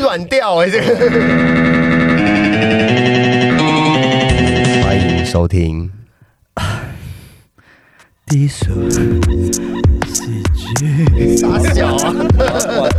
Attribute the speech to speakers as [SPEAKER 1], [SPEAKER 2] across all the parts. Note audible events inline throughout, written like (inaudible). [SPEAKER 1] 软调哎，这个。欢迎收听，
[SPEAKER 2] 低俗喜剧。
[SPEAKER 1] 傻小啊！又到哦，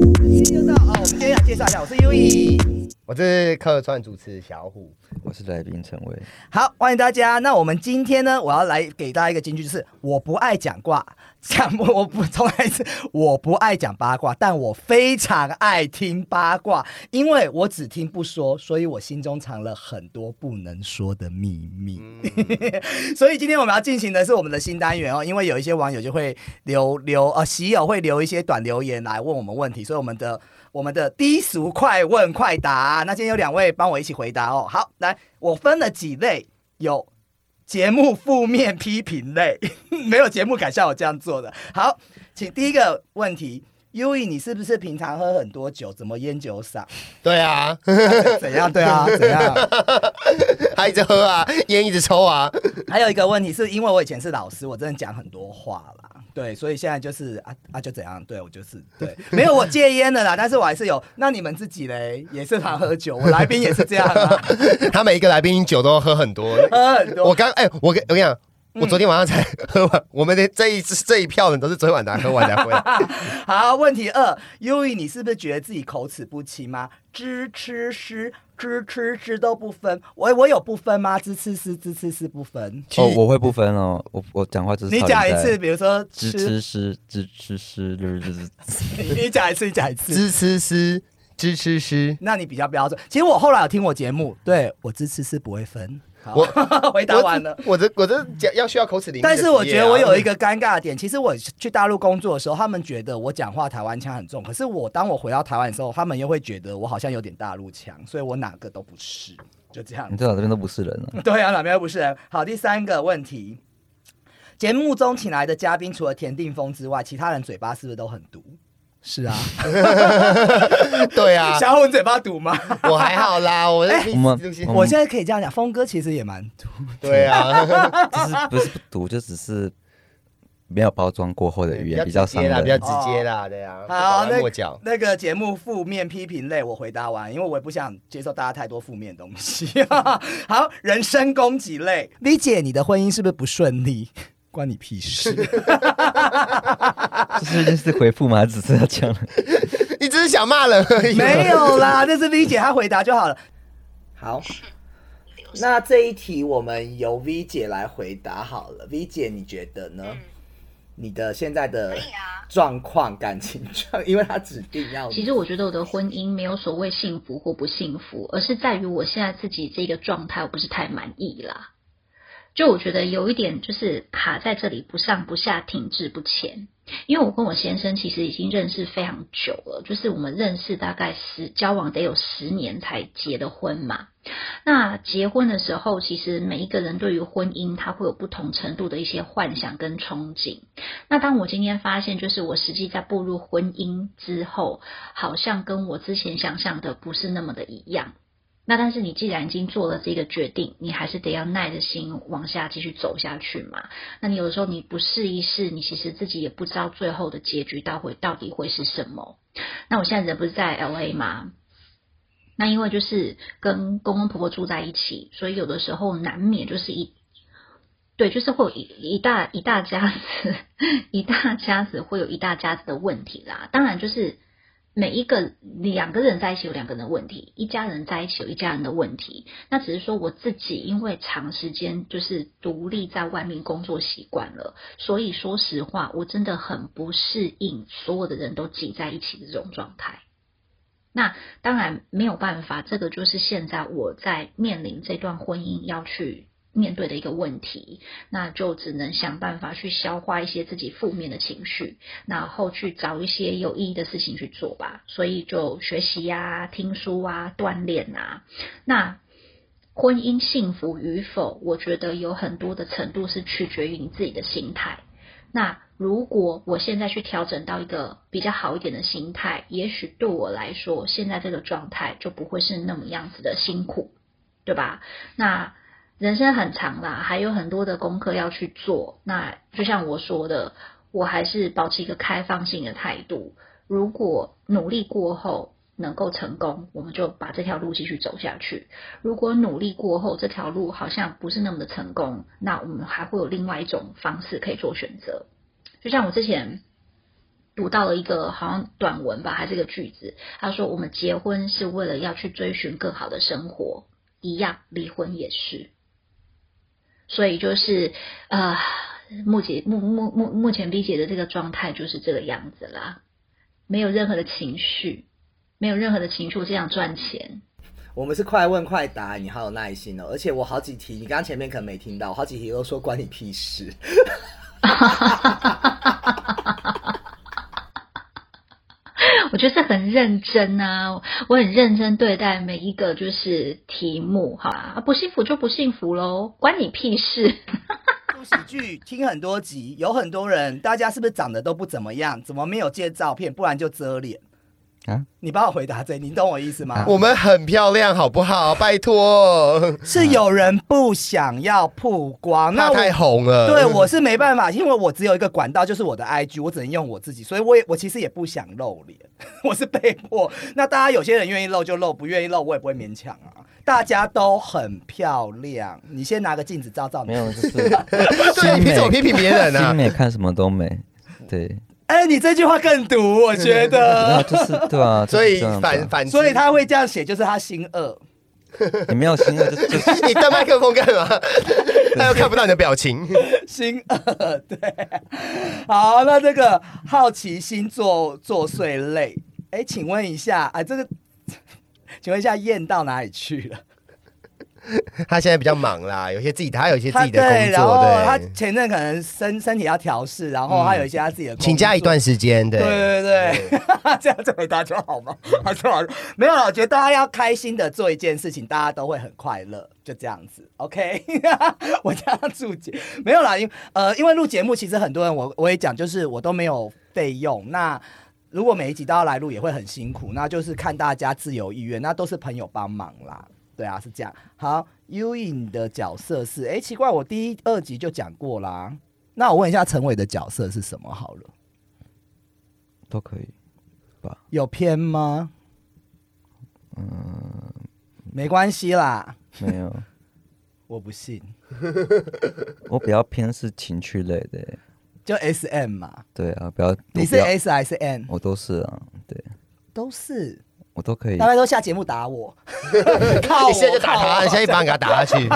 [SPEAKER 1] 我们先来介绍一下，我是 U E，我是客串主持小虎。
[SPEAKER 3] 我是来宾陈伟，
[SPEAKER 2] 好，欢迎大家。那我们今天呢，我要来给大家一个金句，就是我不爱讲卦，讲不我不从来是我不爱讲八卦，但我非常爱听八卦，因为我只听不说，所以我心中藏了很多不能说的秘密。 (laughs) 所以今天我们要进行的是我们的新单元哦，因为有一些网友就会留留呃，喜友会留一些短留言来问我们问题，所以我们的我们的低俗快问快答，那今天有两位帮我一起回答哦。好，来，我分了几类，有节目负面批评类， (laughs) 没有节目敢像我这样做的。好，请第一个问题。优以，你是不是平常喝很多酒？怎么烟酒嗓？ (laughs)
[SPEAKER 1] 对啊，
[SPEAKER 2] 怎样？对啊，怎样？
[SPEAKER 1] 还一直喝啊，烟一直抽啊。
[SPEAKER 2] 还有一个问题，是因为我以前是老师，我真的讲很多话啦，对，所以现在就是啊啊就怎样，对我就是对，没有我戒烟的啦，但是我还是有。那你们自己嘞，也是常喝酒，我来宾也是这样啊，
[SPEAKER 1] 他每一个来宾酒都喝很多。
[SPEAKER 2] 喝很多。
[SPEAKER 1] 我刚哎、我跟我跟你讲，我昨天晚上才喝完，我们的这一 (laughs) 这一票人都是昨天晚上喝完才回来。
[SPEAKER 2] 好，问题二，优以你是不是觉得自己口齿不清吗？知吃诗，知吃诗都不分，我我有不分吗？知吃诗，知吃诗不分。
[SPEAKER 1] 其
[SPEAKER 3] 哦，
[SPEAKER 1] 实
[SPEAKER 3] 我会不分哦，我我讲话就是
[SPEAKER 2] 你
[SPEAKER 3] 超
[SPEAKER 2] 讲一
[SPEAKER 3] 级呆
[SPEAKER 2] 次，，比如说
[SPEAKER 3] 吱吱吱吱吱吱吱吱吱，
[SPEAKER 2] 吃你讲一次，你讲一次。
[SPEAKER 1] 知吃诗，知吃诗。
[SPEAKER 2] 那你比较标准。其实我后来有听我节目，对我支持是不会分。好
[SPEAKER 1] 我
[SPEAKER 2] (laughs) 回答完了。
[SPEAKER 1] 我这我这讲要需要口齿伶俐的
[SPEAKER 2] 但
[SPEAKER 1] 职业啊、
[SPEAKER 2] 是我觉得我有一个尴尬的点，其实我去大陆工作的时候，他们觉得我讲话台湾腔很重，可是我当我回到台湾的时候，他们又会觉得我好像有点大陆腔，所以我哪个都不是，就这样
[SPEAKER 3] (laughs) 你。最好这边都不是人
[SPEAKER 1] (laughs)
[SPEAKER 2] (laughs)
[SPEAKER 3] 了。
[SPEAKER 2] 对啊，哪边都不是人。好，第三个问题，节目中请来的嘉宾除了田定峰之外，其他人嘴巴是不是都很毒？是啊，
[SPEAKER 1] (laughs) 对啊，
[SPEAKER 2] (laughs) 小虎嘴巴毒吗？
[SPEAKER 1] 我还好啦，我
[SPEAKER 3] 我们嗯
[SPEAKER 2] 我现在可以这样讲，峰哥其实也蛮毒。
[SPEAKER 1] 对啊，
[SPEAKER 3] 就是不是不读，就只是没有包装过后的语言比
[SPEAKER 1] 较
[SPEAKER 3] 较
[SPEAKER 1] 直
[SPEAKER 3] 伤
[SPEAKER 1] 接啦，比较
[SPEAKER 3] 人。 (laughs)
[SPEAKER 1] 直接啦，对啊，
[SPEAKER 2] 哦好，
[SPEAKER 1] 拐弯
[SPEAKER 2] 那
[SPEAKER 1] 抹角。
[SPEAKER 2] 那个节目负面批评类我回答完，因为我也不想接受大家太多负面的东西。 (laughs) 好，人身攻击类，V 姐，你的婚姻是不是不顺利？ (laughs) 关你屁 (laughs) 事！
[SPEAKER 3] 就是就是回复嘛，只是要讲。
[SPEAKER 1] 你只是想骂人而已。
[SPEAKER 2] 没有 (laughs) 啦，这是 V 姐她回答就好了。好，那这一题我们由 V 姐来回答好了。V 姐，你觉得呢？
[SPEAKER 4] 嗯
[SPEAKER 2] 你的现在的
[SPEAKER 4] 可以啊
[SPEAKER 2] 状况、感情状， (laughs) 因为她指定要
[SPEAKER 5] 其实我觉得我的婚姻没有所谓幸福或不幸福，而是在于我现在自己这个状态，我不是太满意啦。就我觉得有一点就是卡在这里，不上不下，停滞不前。因为我跟我先生其实已经认识非常久了，就是我们认识大概十交往得有十年才结的婚嘛。那结婚的时候，其实每一个人对于婚姻，他会有不同程度的一些幻想跟憧憬。那当我今天发现，就是我实际在步入婚姻之后，好像跟我之前想象的不是那么的一样。那但是你既然已经做了这个决定，你还是得要耐着心往下继续走下去嘛。那你有的时候你不试一试，你其实自己也不知道最后的结局到会到底会是什么。那我现在人不是在 L A 吗？那因为就是跟公公婆婆住在一起，所以有的时候难免就是一对，就是会有一一大一大家子，一大家子会有一大家子的问题啦。当然，就是每一个两个人在一起有两个人的问题，一家人在一起有一家人的问题。那只是说我自己因为长时间就是独立在外面工作习惯了，所以说实话，我真的很不适应所有的人都挤在一起的这种状态。那当然没有办法，这个就是现在我在面临这段婚姻要去面对的一个问题，那就只能想办法去消化一些自己负面的情绪，然后去找一些有意义的事情去做吧。所以就学习呀、听书啊、锻炼啊。那婚姻幸福与否，我觉得有很多的程度是取决于你自己的心态。那如果我现在去调整到一个比较好一点的心态，也许对我来说，我现在这个状态就不会是那么样子的辛苦，对吧？那人生很长啦，还有很多的功课要去做。那就像我说的，我还是保持一个开放性的态度。如果努力过后能够成功，我们就把这条路继续走下去；如果努力过后这条路好像不是那么的成功，那我们还会有另外一种方式可以做选择。就像我之前读到了一个好像短文吧，还是一个句子，他说：“我们结婚是为了要去追寻更好的生活，一样离婚也是。”所以就是呃，目前目目目目前 B 姐的这个状态就是这个样子啦，没有任何的情绪，没有任何的情绪，我只想赚钱。 (laughs)
[SPEAKER 2] 我们是快问快答，你好有耐心哦。而且我好几题，你刚刚前面可能没听到，我好几题都说关你屁事。
[SPEAKER 5] 我觉得是很认真啊，我很认真对待每一个就是题目，好啦，啊不幸福就不幸福喽，关你屁事。
[SPEAKER 2] 录喜剧听很多集，有很多人，大家是不是长得都不怎么样？怎么没有借照片？不然就遮脸
[SPEAKER 3] 啊？
[SPEAKER 2] 你帮我回答这，你懂我意思吗？
[SPEAKER 1] 我们很漂亮，好不好？拜托，
[SPEAKER 2] 是有人不想要曝光，那
[SPEAKER 1] 那
[SPEAKER 2] 我
[SPEAKER 1] 太红
[SPEAKER 3] 呃
[SPEAKER 1] 了。
[SPEAKER 2] 对我是没办法，因为我只有一个管道，就是我的 IG，我只能用我自己，所以我也我其实也不想露脸， (laughs) 我是被迫。那大家有些人愿意露就露，不愿意露我也不会勉强啊。大家都很漂亮，你先拿个镜子照照
[SPEAKER 3] (laughs) 没
[SPEAKER 2] 你。
[SPEAKER 3] 有，就是
[SPEAKER 1] (laughs) 对啊，
[SPEAKER 3] 心
[SPEAKER 1] 你
[SPEAKER 3] 美
[SPEAKER 1] 怎么批评别人
[SPEAKER 3] 心
[SPEAKER 1] 啊？
[SPEAKER 3] 美看什么都美，
[SPEAKER 1] (laughs)
[SPEAKER 3] 对，
[SPEAKER 2] 哎、你这句话更毒，我觉
[SPEAKER 3] 然后
[SPEAKER 2] 得。
[SPEAKER 3] (laughs) 就是对啊，就
[SPEAKER 1] 所
[SPEAKER 3] 是
[SPEAKER 1] 以
[SPEAKER 3] 这样子啊
[SPEAKER 1] 反反之，
[SPEAKER 2] 所以他会这样写，就是他心恶。 (laughs)
[SPEAKER 3] 你没有心啊，就就
[SPEAKER 1] 你带麦克风干嘛？
[SPEAKER 3] (laughs)
[SPEAKER 1] 他又看不到你的表情。
[SPEAKER 2] 星二，对，好，那这个好奇心作作祟类，哎，请问一下，啊，这个， (laughs) 请问一下，燕到哪里去了？
[SPEAKER 1] 他现在比较忙啦，有些自己他有一些自己的
[SPEAKER 2] 对，
[SPEAKER 1] 工
[SPEAKER 2] 然后
[SPEAKER 1] 作，
[SPEAKER 2] 他
[SPEAKER 1] 对，
[SPEAKER 2] 前阵可能身身体要调试，然后他有一些他自己的工作
[SPEAKER 1] 请假一段时间，
[SPEAKER 2] 对对对， (laughs) 这样子回答就好 (laughs) 吗？还是好，没有了。啊我觉得大家要开心的做一件事情，大家都会很快乐，就这样子。OK，我 (laughs) 这样注解没有啦，因呃，因为录节目，其实很多人我我也讲，就是我都没有费用那。如果每一集都要来录，也会很辛苦。那就是看大家自由意愿，那都是朋友帮忙啦。对啊，是这样。好，U 影的角色是，哎，奇怪，我第一、二集就讲过啦。那我问一下陈伟的角色是什么好了？
[SPEAKER 3] 都可以，
[SPEAKER 2] 有偏吗？嗯，没关系啦，
[SPEAKER 3] 没
[SPEAKER 1] (laughs)
[SPEAKER 3] 有，
[SPEAKER 2] 我不信。
[SPEAKER 3] 我比较偏是情趣类的，
[SPEAKER 2] 就 S M 嘛，
[SPEAKER 3] 对啊，比较
[SPEAKER 2] 你是
[SPEAKER 3] 我比较
[SPEAKER 2] S 还是 N？
[SPEAKER 3] 我都是啊，对
[SPEAKER 2] 都是，
[SPEAKER 3] 我都可以
[SPEAKER 2] 大，家都下节目
[SPEAKER 1] (laughs)
[SPEAKER 2] 打我，靠我
[SPEAKER 1] 你现在就打
[SPEAKER 2] 靠
[SPEAKER 1] 他，
[SPEAKER 2] 我
[SPEAKER 1] 你现在就把你给他打下
[SPEAKER 2] (laughs)
[SPEAKER 1] 去。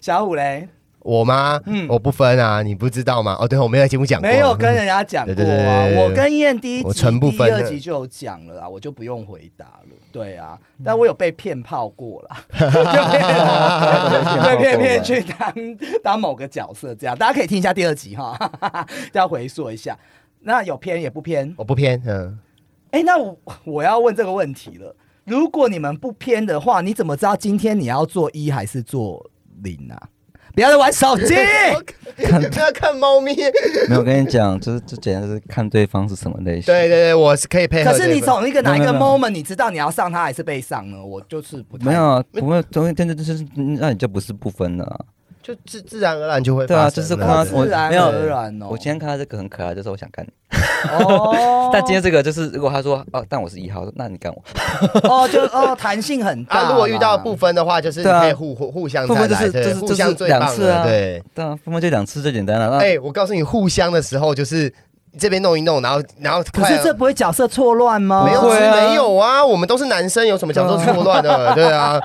[SPEAKER 2] 小虎嘞，
[SPEAKER 1] 我吗？我不分啊，你不知道吗？哦，对，我没有在节目讲过，
[SPEAKER 2] 嗯没有跟人家讲
[SPEAKER 1] (laughs)
[SPEAKER 2] 过
[SPEAKER 1] 对对对
[SPEAKER 2] 啊
[SPEAKER 1] 对对。对
[SPEAKER 2] 我跟燕第一
[SPEAKER 1] 我
[SPEAKER 2] 集、
[SPEAKER 1] 纯不
[SPEAKER 2] 第
[SPEAKER 1] 分
[SPEAKER 2] 二集就有讲了啊，我就不用回答了。对啊，
[SPEAKER 1] 嗯
[SPEAKER 2] 但我有被骗炮过啦， (laughs) 被骗骗去当当某个角色这样，大家可以听一下第二集哈， (laughs) 要回溯一下。那有偏也不偏，
[SPEAKER 1] 我不偏，嗯，
[SPEAKER 2] 哎，那我我要问这个问题了。如果你们不偏的话，你怎么知道今天你要做一还是做零啊？不要再玩手机。
[SPEAKER 1] (laughs) 他要看猫咪。
[SPEAKER 3] 没有我跟你讲，就是就简单是看对方是什么类型，
[SPEAKER 1] 对对对，我是可以
[SPEAKER 3] (laughs)
[SPEAKER 1] 配合
[SPEAKER 2] 可
[SPEAKER 1] 这个。
[SPEAKER 2] 是你从一个哪一个
[SPEAKER 3] 没有没有
[SPEAKER 2] moment 你知道你要上他还是被上呢？我就是不太
[SPEAKER 3] 没有啊，不会，中间就是那你就不是不分了啊。
[SPEAKER 1] 就自自然而然就会
[SPEAKER 3] 对啊
[SPEAKER 1] 发生
[SPEAKER 3] 就是
[SPEAKER 1] 了
[SPEAKER 3] 夸
[SPEAKER 1] 对
[SPEAKER 3] 我
[SPEAKER 2] 自然
[SPEAKER 3] 没有
[SPEAKER 2] 而然哦。
[SPEAKER 3] 我今天看到这个很可爱，就是我想看你。 (laughs)
[SPEAKER 2] 哦
[SPEAKER 3] 但今天这个就是，如果他说哦，但我是一号，那你干我。
[SPEAKER 2] (laughs) 哦就哦弹性很大啦。
[SPEAKER 1] 啊，如果遇到不分的话，就是你
[SPEAKER 3] 对啊
[SPEAKER 1] 可以互互互相
[SPEAKER 3] 不
[SPEAKER 1] 再
[SPEAKER 3] 分就
[SPEAKER 1] 来，
[SPEAKER 3] 是就
[SPEAKER 1] 对，
[SPEAKER 3] 是
[SPEAKER 1] 互
[SPEAKER 3] 就
[SPEAKER 1] 相
[SPEAKER 3] 是
[SPEAKER 1] 最
[SPEAKER 3] 两
[SPEAKER 1] 棒
[SPEAKER 3] 次
[SPEAKER 1] 了，
[SPEAKER 3] 啊，
[SPEAKER 1] 对。，
[SPEAKER 3] 对啊，不分就两次最简单了。那
[SPEAKER 1] 哎，我告诉你，互相的时候就是这边弄一弄，然后然后
[SPEAKER 2] 可
[SPEAKER 1] 快
[SPEAKER 2] 是这不会角色错乱吗？
[SPEAKER 1] 啊没有
[SPEAKER 3] 不会啊
[SPEAKER 1] 没有啊，我们都是男生，有什么讲
[SPEAKER 3] (laughs)
[SPEAKER 1] 说错乱的？对啊，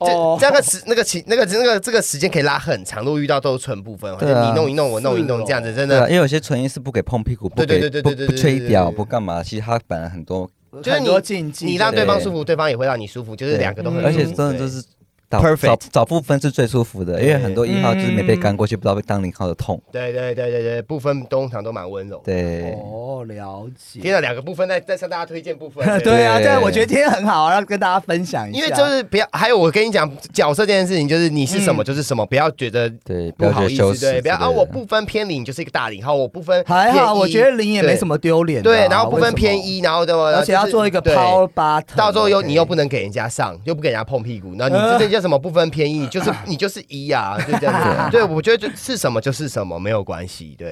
[SPEAKER 1] 这
[SPEAKER 2] 哦
[SPEAKER 1] 这样个时那个情那个那个这个时间可以拉很长，如果遇到都是纯部分，就
[SPEAKER 3] 对啊
[SPEAKER 1] 你弄一弄，我弄一弄，这样子真
[SPEAKER 3] 对啊，
[SPEAKER 1] 的
[SPEAKER 3] 因为有些纯一是不给碰屁股，不
[SPEAKER 1] 对
[SPEAKER 3] 给
[SPEAKER 1] 对对对
[SPEAKER 3] 不
[SPEAKER 1] 对对
[SPEAKER 3] 不
[SPEAKER 1] 对
[SPEAKER 3] 吹
[SPEAKER 1] 对
[SPEAKER 3] 屌，
[SPEAKER 1] 对对
[SPEAKER 3] 不干嘛。其实他本来啊很多，
[SPEAKER 1] 就是
[SPEAKER 2] 很
[SPEAKER 1] 你
[SPEAKER 2] 多禁忌，
[SPEAKER 1] 你让对方
[SPEAKER 3] 对
[SPEAKER 1] 舒服，对方也会让你舒服，就是
[SPEAKER 3] 对
[SPEAKER 1] 两个都很舒服，
[SPEAKER 3] 而且真的就
[SPEAKER 1] 嗯对
[SPEAKER 3] 是找
[SPEAKER 1] Perfect
[SPEAKER 3] 找找部分是最舒服的，因为很多一号就是没被干过去，不知道被当零号的痛。
[SPEAKER 1] 对对对对对，部分通常都蛮温柔的。
[SPEAKER 3] 对，
[SPEAKER 2] 哦了解。。
[SPEAKER 1] 天啊，两个部分在在向大家推荐部分
[SPEAKER 2] (laughs) 对啊，
[SPEAKER 3] 对
[SPEAKER 2] 对，我觉得今天很好，要跟大家分享一下。
[SPEAKER 1] 因为就是不要，还有我跟你讲，角色这件事情，就是你是
[SPEAKER 2] 嗯
[SPEAKER 1] 什么就是什么，不要觉得
[SPEAKER 3] 对不
[SPEAKER 1] 不
[SPEAKER 3] 要
[SPEAKER 1] 好
[SPEAKER 3] 觉得
[SPEAKER 1] 意
[SPEAKER 3] 羞
[SPEAKER 1] 思，
[SPEAKER 3] 耻
[SPEAKER 1] 对，不要
[SPEAKER 3] 之类
[SPEAKER 1] 啊，我
[SPEAKER 3] 的
[SPEAKER 1] 不分偏零就是一个大零，好，我不分
[SPEAKER 2] 还好，
[SPEAKER 1] 偏一
[SPEAKER 2] 我觉得零也没什么丢脸的啊、
[SPEAKER 1] 对，然后不分偏
[SPEAKER 2] 为什么，
[SPEAKER 1] 一，然后对，
[SPEAKER 2] 而且要做一个 power button，
[SPEAKER 1] 到时候又
[SPEAKER 2] OK 呃
[SPEAKER 1] 你又不能给人家上，又不给人家碰屁股，然后你这这就什么不分偏
[SPEAKER 2] (laughs)
[SPEAKER 1] 一，你就是你就是一呀、就这
[SPEAKER 2] 啊
[SPEAKER 1] 样子。对，我觉得就是什么就是什么，没有关系。
[SPEAKER 2] (laughs)
[SPEAKER 1] 对，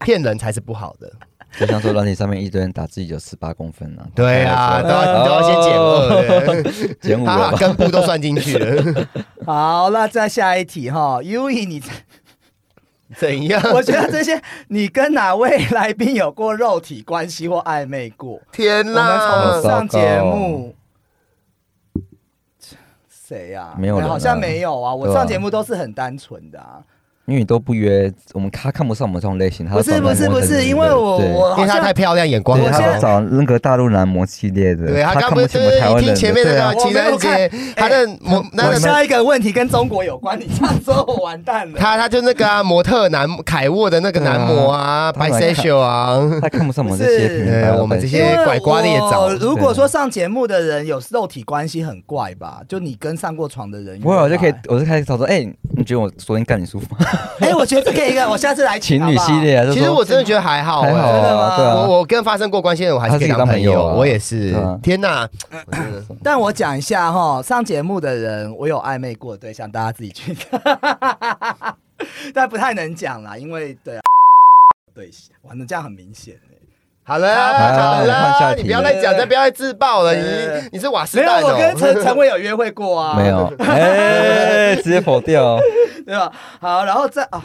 [SPEAKER 1] 骗人才是不好的。
[SPEAKER 3] 就像说软体上面一堆人打自己有十八公分啊，
[SPEAKER 1] (laughs) 对啊，都要都要先减
[SPEAKER 3] 哦
[SPEAKER 1] 二对， (laughs)
[SPEAKER 3] 减五
[SPEAKER 1] 哈
[SPEAKER 3] 了
[SPEAKER 1] 哈，
[SPEAKER 3] 吧？
[SPEAKER 1] 根部都算进去
[SPEAKER 3] (laughs)
[SPEAKER 1] 了，
[SPEAKER 2] 好，那再下一题哈，Uyi，你
[SPEAKER 1] 怎样？ (laughs)
[SPEAKER 2] 我觉得这些你跟哪位来宾有过肉体关系或暧昧过？
[SPEAKER 1] 天
[SPEAKER 2] 我们
[SPEAKER 1] 哪
[SPEAKER 2] 从！上节目，谁呀、
[SPEAKER 3] 哦没有人啊
[SPEAKER 2] 好像没有啊。我
[SPEAKER 3] 对啊
[SPEAKER 2] 上节目都是很单纯的啊，
[SPEAKER 3] 因为你都不约，我们他看不上我们这种类型。他
[SPEAKER 2] 不是
[SPEAKER 3] 找
[SPEAKER 2] 不是
[SPEAKER 3] 男模
[SPEAKER 2] 不
[SPEAKER 3] 特
[SPEAKER 2] 是，
[SPEAKER 3] 别
[SPEAKER 2] 因为
[SPEAKER 3] 的
[SPEAKER 2] 我
[SPEAKER 3] 对
[SPEAKER 2] 我
[SPEAKER 1] 因为
[SPEAKER 2] 好
[SPEAKER 1] 她太
[SPEAKER 2] 像
[SPEAKER 1] 漂亮，眼光
[SPEAKER 3] 对
[SPEAKER 1] 很
[SPEAKER 3] 他
[SPEAKER 2] 现
[SPEAKER 3] 要
[SPEAKER 2] 在
[SPEAKER 1] 好。
[SPEAKER 3] 找那个大陆男模系列的，
[SPEAKER 1] 对他
[SPEAKER 3] 看
[SPEAKER 1] 刚不
[SPEAKER 3] 不
[SPEAKER 1] 是
[SPEAKER 3] 起我们台
[SPEAKER 1] 一
[SPEAKER 3] 湾
[SPEAKER 1] 听
[SPEAKER 3] 人
[SPEAKER 1] 前面
[SPEAKER 3] 对
[SPEAKER 1] 那
[SPEAKER 3] 啊
[SPEAKER 1] 个情人节，他
[SPEAKER 3] 哎
[SPEAKER 1] 的模那
[SPEAKER 2] 我
[SPEAKER 1] 个
[SPEAKER 2] 下一个问题跟中国有关，你这
[SPEAKER 3] (laughs)
[SPEAKER 2] 样说我完蛋了。
[SPEAKER 1] 他他就那个啊，模特男凯沃的那个男模啊
[SPEAKER 3] 对啊他来看
[SPEAKER 1] ，bisexual 啊，
[SPEAKER 3] 他看不上我们
[SPEAKER 2] 不
[SPEAKER 3] 这些
[SPEAKER 2] 是
[SPEAKER 3] 平
[SPEAKER 1] 对
[SPEAKER 3] 凡，
[SPEAKER 1] 我们这
[SPEAKER 3] 百
[SPEAKER 1] 些
[SPEAKER 3] 姓
[SPEAKER 2] 因为
[SPEAKER 1] 拐瓜裂枣
[SPEAKER 2] 我如果
[SPEAKER 3] 对
[SPEAKER 2] 说上节目的人有肉体关系很怪吧，就你跟上过床的人有吧，
[SPEAKER 3] 不会，啊我就可以，我
[SPEAKER 1] 啊
[SPEAKER 3] 就开始找说，哎、你觉得我昨天干你舒服吗？ (laughs)
[SPEAKER 2] 哎、我觉得这可以一个，我下次来
[SPEAKER 3] 情
[SPEAKER 2] 好
[SPEAKER 3] 侣
[SPEAKER 2] 不好
[SPEAKER 3] 系列啊，就
[SPEAKER 1] 其实
[SPEAKER 3] 说
[SPEAKER 1] 我真的觉得还好，
[SPEAKER 3] 还好
[SPEAKER 1] 欸
[SPEAKER 2] 真的吗
[SPEAKER 3] 啊，对啊，
[SPEAKER 1] 我我跟发生过关系的人，我还是可以当朋
[SPEAKER 3] 他是一个当朋
[SPEAKER 1] 友。
[SPEAKER 3] 友啊
[SPEAKER 1] 我也是
[SPEAKER 3] 对啊，
[SPEAKER 1] 天哪！
[SPEAKER 2] 但我讲一下哈，上节目的人，我有暧昧过的对象，大家自己去看， (laughs) 但不太能讲啦，因为对啊，对，完了这样很明显、欸、
[SPEAKER 1] 好了
[SPEAKER 2] 好
[SPEAKER 1] 好
[SPEAKER 3] 换下
[SPEAKER 1] 了
[SPEAKER 3] 一，题
[SPEAKER 1] 你不要再讲，再不要再自爆了。你你是瓦斯
[SPEAKER 2] 没有，
[SPEAKER 1] 蛋
[SPEAKER 2] 我跟 (laughs) 陈陈
[SPEAKER 1] 哦。
[SPEAKER 2] 伟有约会过啊，
[SPEAKER 3] 没有，哎、直接否掉， (laughs)
[SPEAKER 2] 对吧？好，然后再啊。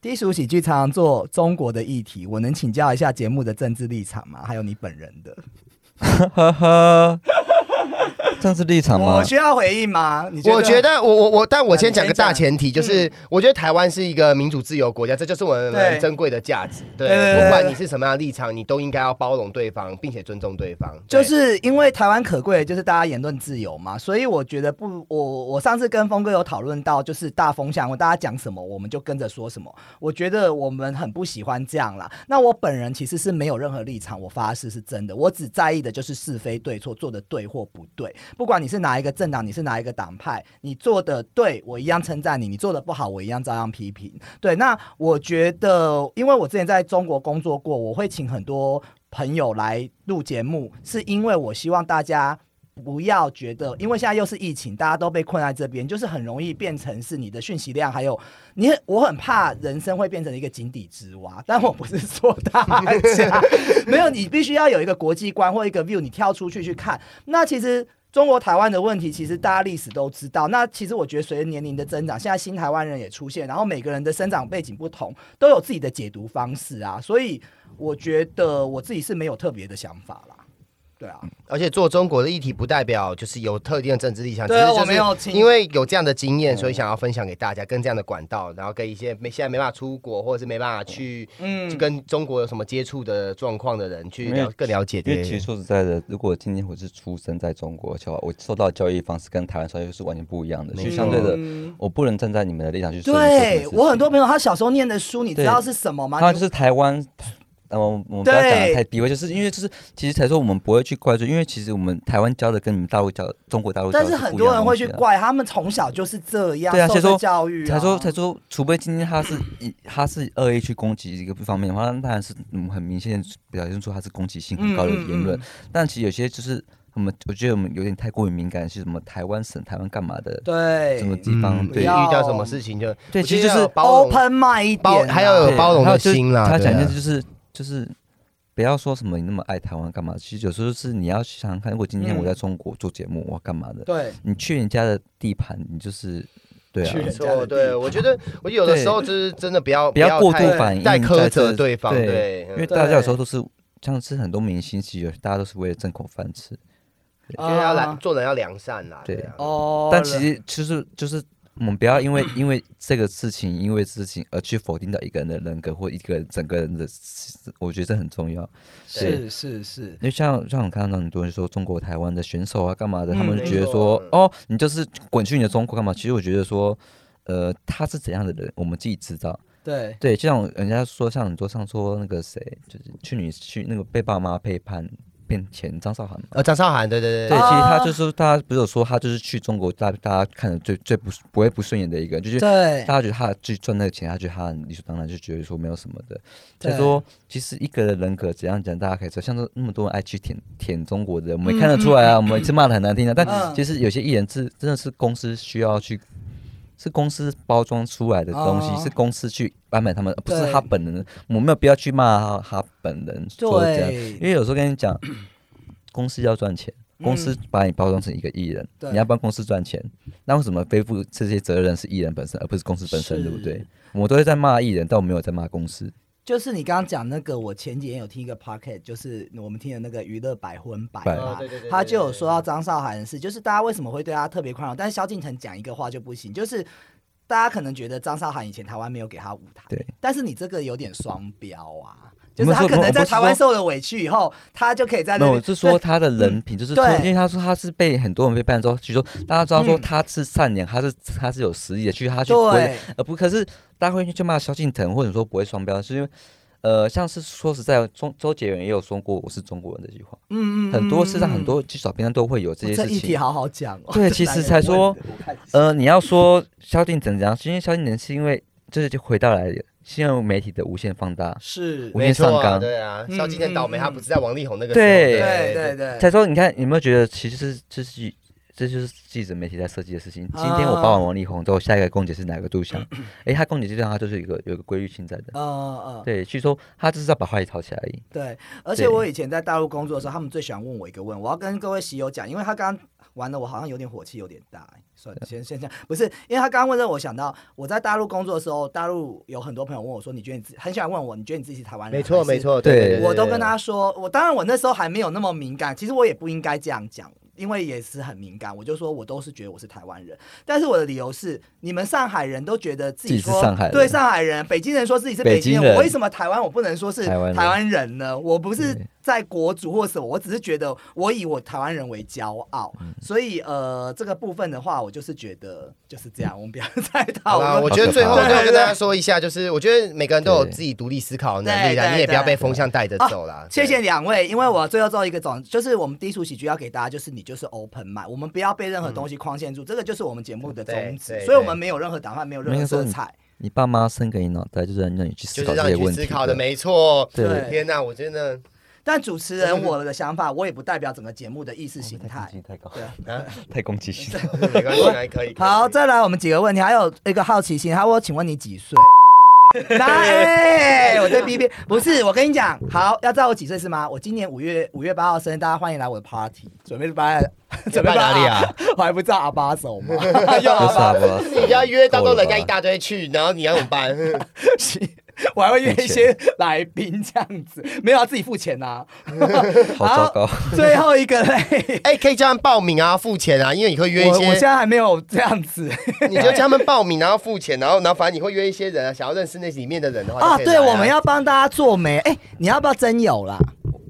[SPEAKER 2] 低俗喜剧常常做中国的议题，我能请教一下节目的政治立场吗？还有你本人的，
[SPEAKER 3] 呵呵，政治立场吗
[SPEAKER 2] 我？需要回应吗？你
[SPEAKER 1] 我觉
[SPEAKER 2] 得
[SPEAKER 1] 得我我我，但我先讲个
[SPEAKER 2] 你先讲嗯
[SPEAKER 1] 大前提，就是我觉得台湾是一个民主自由国家，这就是我
[SPEAKER 2] 对
[SPEAKER 1] 们珍贵的价值。对，
[SPEAKER 2] 对对对
[SPEAKER 1] 不管你是什么样的立场，你都应该要包容对方，并且尊重对方。对
[SPEAKER 2] 就是因为台湾可贵的就是大家言论自由嘛，所以我觉得不，我我上次跟峰哥有讨论到，就是大风向，大家讲什么我们就跟着说什么。我觉得我们很不喜欢这样啦。那我本人其实是没有任何立场，我发誓是真的，我只在意的就是是非对错，做的对或不对。不管你是哪一个政党，你是哪一个党派，你做的对我一样称赞你，你做的不好我一样照样批评。对，那我觉得，因为我之前在中国工作过，我会请很多朋友来录节目，是因为我希望大家。不要觉得，因为现在又是疫情，大家都被困在这边，就是很容易变成是你的讯息量，还有你很，我很怕人生会变成一个井底之蛙。但我不是说大家， (laughs) 没有，你必须要有一个国际观或一个 view，你跳出去去看。那其实中国台湾的问题，其实大家历史都知道。那其实我觉得，随着年龄的增长，现在新台湾人也出现，然后每个人的生长背景不同，都有自己的解读方式啊。所以我觉得我自己是没有特别的想法啦。对啊，
[SPEAKER 1] 而且做中国的议题不代表就是有特定的政治立场，
[SPEAKER 2] 对
[SPEAKER 1] 只是
[SPEAKER 2] 啊
[SPEAKER 1] 就是
[SPEAKER 2] 我没有嗯听
[SPEAKER 1] 因为有这样的经验，所以想要分享给大家，跟这样的管道，然后跟一些没现在没办法出国或者是没办法去
[SPEAKER 2] 嗯
[SPEAKER 1] 就跟中国有什么接触的状况的人去
[SPEAKER 3] 因为
[SPEAKER 1] 了更了解
[SPEAKER 3] 因
[SPEAKER 1] 这
[SPEAKER 3] 为其实
[SPEAKER 1] 些。
[SPEAKER 3] 说实在的，如果今天我是出生在中国，且我受到的教育方式跟台湾教育是完全不一样的，所以相对的，我不能站在你们的立场去说。
[SPEAKER 2] 对我很多朋友，他小时候念的书，你知
[SPEAKER 3] 对
[SPEAKER 2] 道是什么吗？
[SPEAKER 3] 当然
[SPEAKER 2] 你
[SPEAKER 3] 就是台湾，呃，我们我们不要讲
[SPEAKER 2] 对
[SPEAKER 3] 的太低位，就是因为就是其实才说我们不会去怪罪，因为其实我们台湾教的跟你们大陆教、中国大陆教
[SPEAKER 2] 但
[SPEAKER 3] 的
[SPEAKER 2] 是
[SPEAKER 3] 不
[SPEAKER 2] 很
[SPEAKER 3] 一
[SPEAKER 2] 多
[SPEAKER 3] 样的
[SPEAKER 2] 人会去
[SPEAKER 3] 东西啊。
[SPEAKER 2] 怪他们从小就是这样，
[SPEAKER 3] 对啊，
[SPEAKER 2] 受
[SPEAKER 3] 所以
[SPEAKER 2] 这
[SPEAKER 3] 说
[SPEAKER 2] 教育、啊，
[SPEAKER 3] 才说才说，除非今天他是以 (clears throat) 他是恶意去攻击一个方面的话，那当然是嗯很明显地表现出他是攻击性很高的
[SPEAKER 2] 嗯嗯
[SPEAKER 3] 言论。
[SPEAKER 2] 嗯
[SPEAKER 3] 但其实有些就是我们，我觉得我们有点太过于敏感，是什么台湾省、台湾干嘛的，
[SPEAKER 2] 对，
[SPEAKER 3] 什么地方、
[SPEAKER 1] 对，嗯
[SPEAKER 3] 对
[SPEAKER 1] 遇
[SPEAKER 2] 要
[SPEAKER 1] 到什么事情就
[SPEAKER 3] 对
[SPEAKER 1] 我
[SPEAKER 3] 其
[SPEAKER 1] 觉得
[SPEAKER 3] 实就是
[SPEAKER 1] 要包容
[SPEAKER 2] open 麦一
[SPEAKER 1] 包
[SPEAKER 2] 点啊，
[SPEAKER 1] 还要有
[SPEAKER 3] 对
[SPEAKER 1] 包容
[SPEAKER 3] 还有
[SPEAKER 1] 的
[SPEAKER 3] 就是
[SPEAKER 1] 心啦。
[SPEAKER 3] 他
[SPEAKER 1] 对
[SPEAKER 3] 讲
[SPEAKER 1] 啊
[SPEAKER 3] 的就是就是不要说什么你那么爱台湾干嘛，其实有时候是你要想想看，如果今天我在中国做节目，我要干嘛的？
[SPEAKER 2] 对。
[SPEAKER 3] 你去人家的地盘，你就是对啊
[SPEAKER 2] 去，
[SPEAKER 1] 没
[SPEAKER 2] 人家的
[SPEAKER 1] 错，
[SPEAKER 2] 地
[SPEAKER 1] 对
[SPEAKER 2] 方
[SPEAKER 1] 我觉得，我觉得有的
[SPEAKER 3] 对
[SPEAKER 1] 时候就是真的不要
[SPEAKER 3] 不要过度
[SPEAKER 1] 太
[SPEAKER 3] 反应
[SPEAKER 1] 太苛
[SPEAKER 3] 在
[SPEAKER 1] 责
[SPEAKER 3] 这
[SPEAKER 1] 对方，
[SPEAKER 3] 对
[SPEAKER 1] 对，
[SPEAKER 3] 因
[SPEAKER 1] 嗯
[SPEAKER 3] 为大家有时候都是像是很多明星，其实有大家都是为了挣口饭吃，
[SPEAKER 1] 嗯因为要良
[SPEAKER 2] 啊
[SPEAKER 1] 做人要良善啦。对啊，
[SPEAKER 2] 哦，
[SPEAKER 3] 但其实就是就是。我们不要因为因为这个事情，因为事情而去否定掉一个人的人格或一个人整个人的，我觉得这很重要。对
[SPEAKER 2] 是是是，
[SPEAKER 3] 因为像像我看到很多人说中国台湾的选手啊干嘛的，他们
[SPEAKER 2] 嗯
[SPEAKER 3] 就
[SPEAKER 1] 没
[SPEAKER 3] 觉得
[SPEAKER 1] 错
[SPEAKER 3] 说、
[SPEAKER 1] 嗯
[SPEAKER 3] 哦，你就是滚去你的中国干嘛？其实我觉得说，呃，他是怎样的人，我们自己知道。
[SPEAKER 2] 对
[SPEAKER 3] 对，就像人家说，像很多像说那个谁，就是去你去那个被爸妈背叛，变前张韶涵嘛。
[SPEAKER 1] 呃，张韶涵，对对
[SPEAKER 3] 对，
[SPEAKER 1] 对
[SPEAKER 3] 其
[SPEAKER 2] 啊
[SPEAKER 3] 实他就是他，不是有说他就是去中国，大大家看的最最不不会不顺眼的一个人，就是
[SPEAKER 2] 对
[SPEAKER 3] 大家觉得他去赚那个钱，他觉得他很理所当然，就觉得说没有什么的。
[SPEAKER 2] 对
[SPEAKER 3] 再说，其实一个人人格怎样讲，大家可以说，像是那么多人爱去舔舔中国的，我们也看得出来啊，我们一直骂的很难听的、
[SPEAKER 2] 嗯
[SPEAKER 3] 但其实有些艺人是真的是公司需要去。是公司包装出来的东西，
[SPEAKER 2] 哦
[SPEAKER 3] 是公司去安排他们，不是
[SPEAKER 2] 对
[SPEAKER 3] 他本人。我没有必要去骂他他本人说这样，
[SPEAKER 2] 对
[SPEAKER 3] 因为有时候跟你讲，公司要赚钱，公司把你包装成一个艺人，
[SPEAKER 2] 嗯对
[SPEAKER 3] 你要帮公司赚钱，那为什么背负这些责任是艺人本身，而不是公司本身，
[SPEAKER 2] 是
[SPEAKER 3] 对不对？我们都会在骂艺人，但我没有在骂公司。
[SPEAKER 2] 就是你刚刚讲那个，我前几天有听一个 pocket，就是我们听的那个娱乐百分百
[SPEAKER 3] 百
[SPEAKER 2] 嘛
[SPEAKER 1] 哦对对对，对
[SPEAKER 2] 他就有说到张韶涵的事，就是大家为什么会对他特别宽容，但是萧敬腾讲一个话就不行，就是大家可能觉得张韶涵以前台湾没有给他舞台，
[SPEAKER 3] 对，
[SPEAKER 2] 但是你这个有点双标啊，就
[SPEAKER 3] 我
[SPEAKER 2] 是
[SPEAKER 3] 们
[SPEAKER 2] 他
[SPEAKER 3] 说
[SPEAKER 2] 可
[SPEAKER 3] 我
[SPEAKER 2] 能
[SPEAKER 3] 们
[SPEAKER 2] 在
[SPEAKER 3] 不是
[SPEAKER 2] 台湾
[SPEAKER 3] 说
[SPEAKER 2] 受了委屈以后，他就可以在
[SPEAKER 3] 没
[SPEAKER 2] 那
[SPEAKER 3] 有，
[SPEAKER 2] 里
[SPEAKER 3] 我是说他的人品，就是说，
[SPEAKER 2] 嗯对
[SPEAKER 3] 因为他说他是被很多人被办之后，其实说大家知道说
[SPEAKER 2] 嗯
[SPEAKER 3] 他是善良，他是他是有实力的，去他去
[SPEAKER 2] 对
[SPEAKER 3] 规，呃不，可是大家会去骂萧敬腾，或者说不会双标，是因为呃像是说实在，周周杰伦也有说过我是中国人这句话，
[SPEAKER 2] 嗯
[SPEAKER 3] 很多事实上
[SPEAKER 2] 嗯
[SPEAKER 3] 很多至少平常都会有这
[SPEAKER 2] 哇
[SPEAKER 3] 些
[SPEAKER 2] 这
[SPEAKER 3] 事
[SPEAKER 2] 议
[SPEAKER 3] 情
[SPEAKER 2] 题。好好讲哦。
[SPEAKER 3] 对
[SPEAKER 2] (laughs) 这
[SPEAKER 3] 其
[SPEAKER 2] 难
[SPEAKER 3] 实
[SPEAKER 2] 得
[SPEAKER 3] 才
[SPEAKER 2] 问
[SPEAKER 3] 说
[SPEAKER 2] 的我看一下
[SPEAKER 3] 呃，你要说萧敬腾怎样？因为萧敬腾是因为这就回到来现在媒体的无限放大，
[SPEAKER 2] 是
[SPEAKER 3] 我
[SPEAKER 1] 没
[SPEAKER 3] 先上
[SPEAKER 1] 错啊，
[SPEAKER 3] 纲
[SPEAKER 1] 对啊，
[SPEAKER 2] 嗯
[SPEAKER 1] 萧敬腾倒霉，
[SPEAKER 2] 嗯
[SPEAKER 1] 他不是在王力宏那个时候，
[SPEAKER 3] 对
[SPEAKER 2] 对对对，
[SPEAKER 3] 再说你看有没有觉得其实是这是这就是记者媒体在设计的事情。今天我报完王力宏之后，下一个公姐是哪个杜翔？诶，他公姐就让他就是一个有一个规律性在的。
[SPEAKER 2] 呃呃，
[SPEAKER 3] 对，据说他就是要把话题挑起来而已。
[SPEAKER 2] 对，而且
[SPEAKER 3] 对
[SPEAKER 2] 我以前在大陆工作的时候，他们最喜欢问我一个问，我要跟各位喜友讲，因为他刚刚玩的我好像有点火气有点大，算了，先先这样，不是，因为他刚刚问这个，我想到我在大陆工作的时候，大陆有很多朋友问我说，你觉得你自很喜欢问我，你觉得你自己是台湾人？
[SPEAKER 1] 没错
[SPEAKER 2] 还是
[SPEAKER 1] 没。错，
[SPEAKER 3] 对
[SPEAKER 1] 对，
[SPEAKER 2] 我都
[SPEAKER 1] 对
[SPEAKER 2] 跟他说，我当然我那时候还没有那么敏感，其实我也不应该这样讲，因为也是很敏感。我就说我都是觉得我是台湾人，但是我的理由是，你们上海人都觉得自己
[SPEAKER 3] 自己
[SPEAKER 2] 说
[SPEAKER 3] 是上海人
[SPEAKER 2] 对上海人，北京人说自己是北京人，
[SPEAKER 3] 北京人
[SPEAKER 2] 我为什么台湾我不能说是
[SPEAKER 3] 台湾人
[SPEAKER 2] 台湾人呢？我不是
[SPEAKER 3] 对
[SPEAKER 2] 在国主或什么，我只是觉得我以我台湾人为骄傲，
[SPEAKER 3] 嗯
[SPEAKER 2] 所以呃这个部分的话，我就是觉得就是这
[SPEAKER 3] 嗯
[SPEAKER 2] 样，我们不要 (laughs) 再讨
[SPEAKER 1] 好啦，
[SPEAKER 2] 论。
[SPEAKER 1] 我觉得最后
[SPEAKER 2] 对
[SPEAKER 1] 最后
[SPEAKER 2] 对
[SPEAKER 1] 跟
[SPEAKER 2] (laughs)
[SPEAKER 1] 大家说一下，就是我觉得每个人都有自己独立思考的能力
[SPEAKER 2] 对
[SPEAKER 1] 啦，
[SPEAKER 2] 对
[SPEAKER 1] 你也不要
[SPEAKER 2] 对哦
[SPEAKER 1] 被风向带着走啦。
[SPEAKER 2] 谢谢两位，因为
[SPEAKER 1] 嗯
[SPEAKER 2] 我最后做一个总，就是我们低俗喜剧要给大家，就是你就是
[SPEAKER 1] 嗯
[SPEAKER 2] open mind，我们不要被任何东西框限住，这个就是我们节目的宗
[SPEAKER 1] 嗯对
[SPEAKER 2] 旨，
[SPEAKER 1] 对
[SPEAKER 2] 所以我们没有任何打算，没有任何
[SPEAKER 3] 应该说
[SPEAKER 2] 色
[SPEAKER 3] 你
[SPEAKER 2] 彩。
[SPEAKER 3] 你爸妈生给你脑袋，就是让你去
[SPEAKER 1] 就
[SPEAKER 3] 思
[SPEAKER 1] 是
[SPEAKER 3] 考
[SPEAKER 1] 让
[SPEAKER 3] 这些
[SPEAKER 1] 你去
[SPEAKER 3] 问
[SPEAKER 1] 思
[SPEAKER 3] 题
[SPEAKER 1] 考的，
[SPEAKER 3] 的。
[SPEAKER 1] 没错。
[SPEAKER 2] 对
[SPEAKER 1] 天哪，我真的
[SPEAKER 2] 但主持人我的想法，我也不代表整个节目的意识形态。
[SPEAKER 3] 太高，
[SPEAKER 2] 对啊
[SPEAKER 1] 啊，
[SPEAKER 3] 太攻击性。
[SPEAKER 1] 嗯没
[SPEAKER 2] (laughs)
[SPEAKER 1] 关系，还可以。
[SPEAKER 2] 好，
[SPEAKER 1] 可以
[SPEAKER 2] 再来我们几个问题，还有一个好奇心，还有我请问你几
[SPEAKER 1] (laughs)
[SPEAKER 2] 岁？哎来，我在 B B 不是，我跟你讲，好，要知道我几岁是吗？我今年五月五月八号生日，大家欢迎来我的 party，准备办，准备
[SPEAKER 1] 办哪里啊？
[SPEAKER 2] (laughs) 我还不知道阿巴手
[SPEAKER 1] (laughs)
[SPEAKER 2] 吗？
[SPEAKER 1] 要
[SPEAKER 3] 有啥
[SPEAKER 1] 吧？
[SPEAKER 3] 吧？
[SPEAKER 1] 你要约到时候
[SPEAKER 3] 够了
[SPEAKER 1] 人
[SPEAKER 3] 吧
[SPEAKER 1] 家一大堆去，然后你要怎么办？
[SPEAKER 2] (laughs) 我还会约一些来宾这样子，没有啊要自己付
[SPEAKER 1] (laughs)
[SPEAKER 2] 钱呐、
[SPEAKER 3] 好糟糕。
[SPEAKER 2] 最后一个嘞，
[SPEAKER 1] (laughs) 哎，可以叫他们报名啊，付钱啊，因为你会约一
[SPEAKER 2] 我我现
[SPEAKER 1] 些，
[SPEAKER 2] 在还没有这样子
[SPEAKER 1] (laughs) 你就叫他们报名，然后付钱，然后然后反正你会约一些人啊，想要认识那里面的人的话
[SPEAKER 2] 啊。
[SPEAKER 1] 就可以
[SPEAKER 2] 对，
[SPEAKER 1] 来
[SPEAKER 2] 我们要帮大家做媒。哎、你要不要真有啦？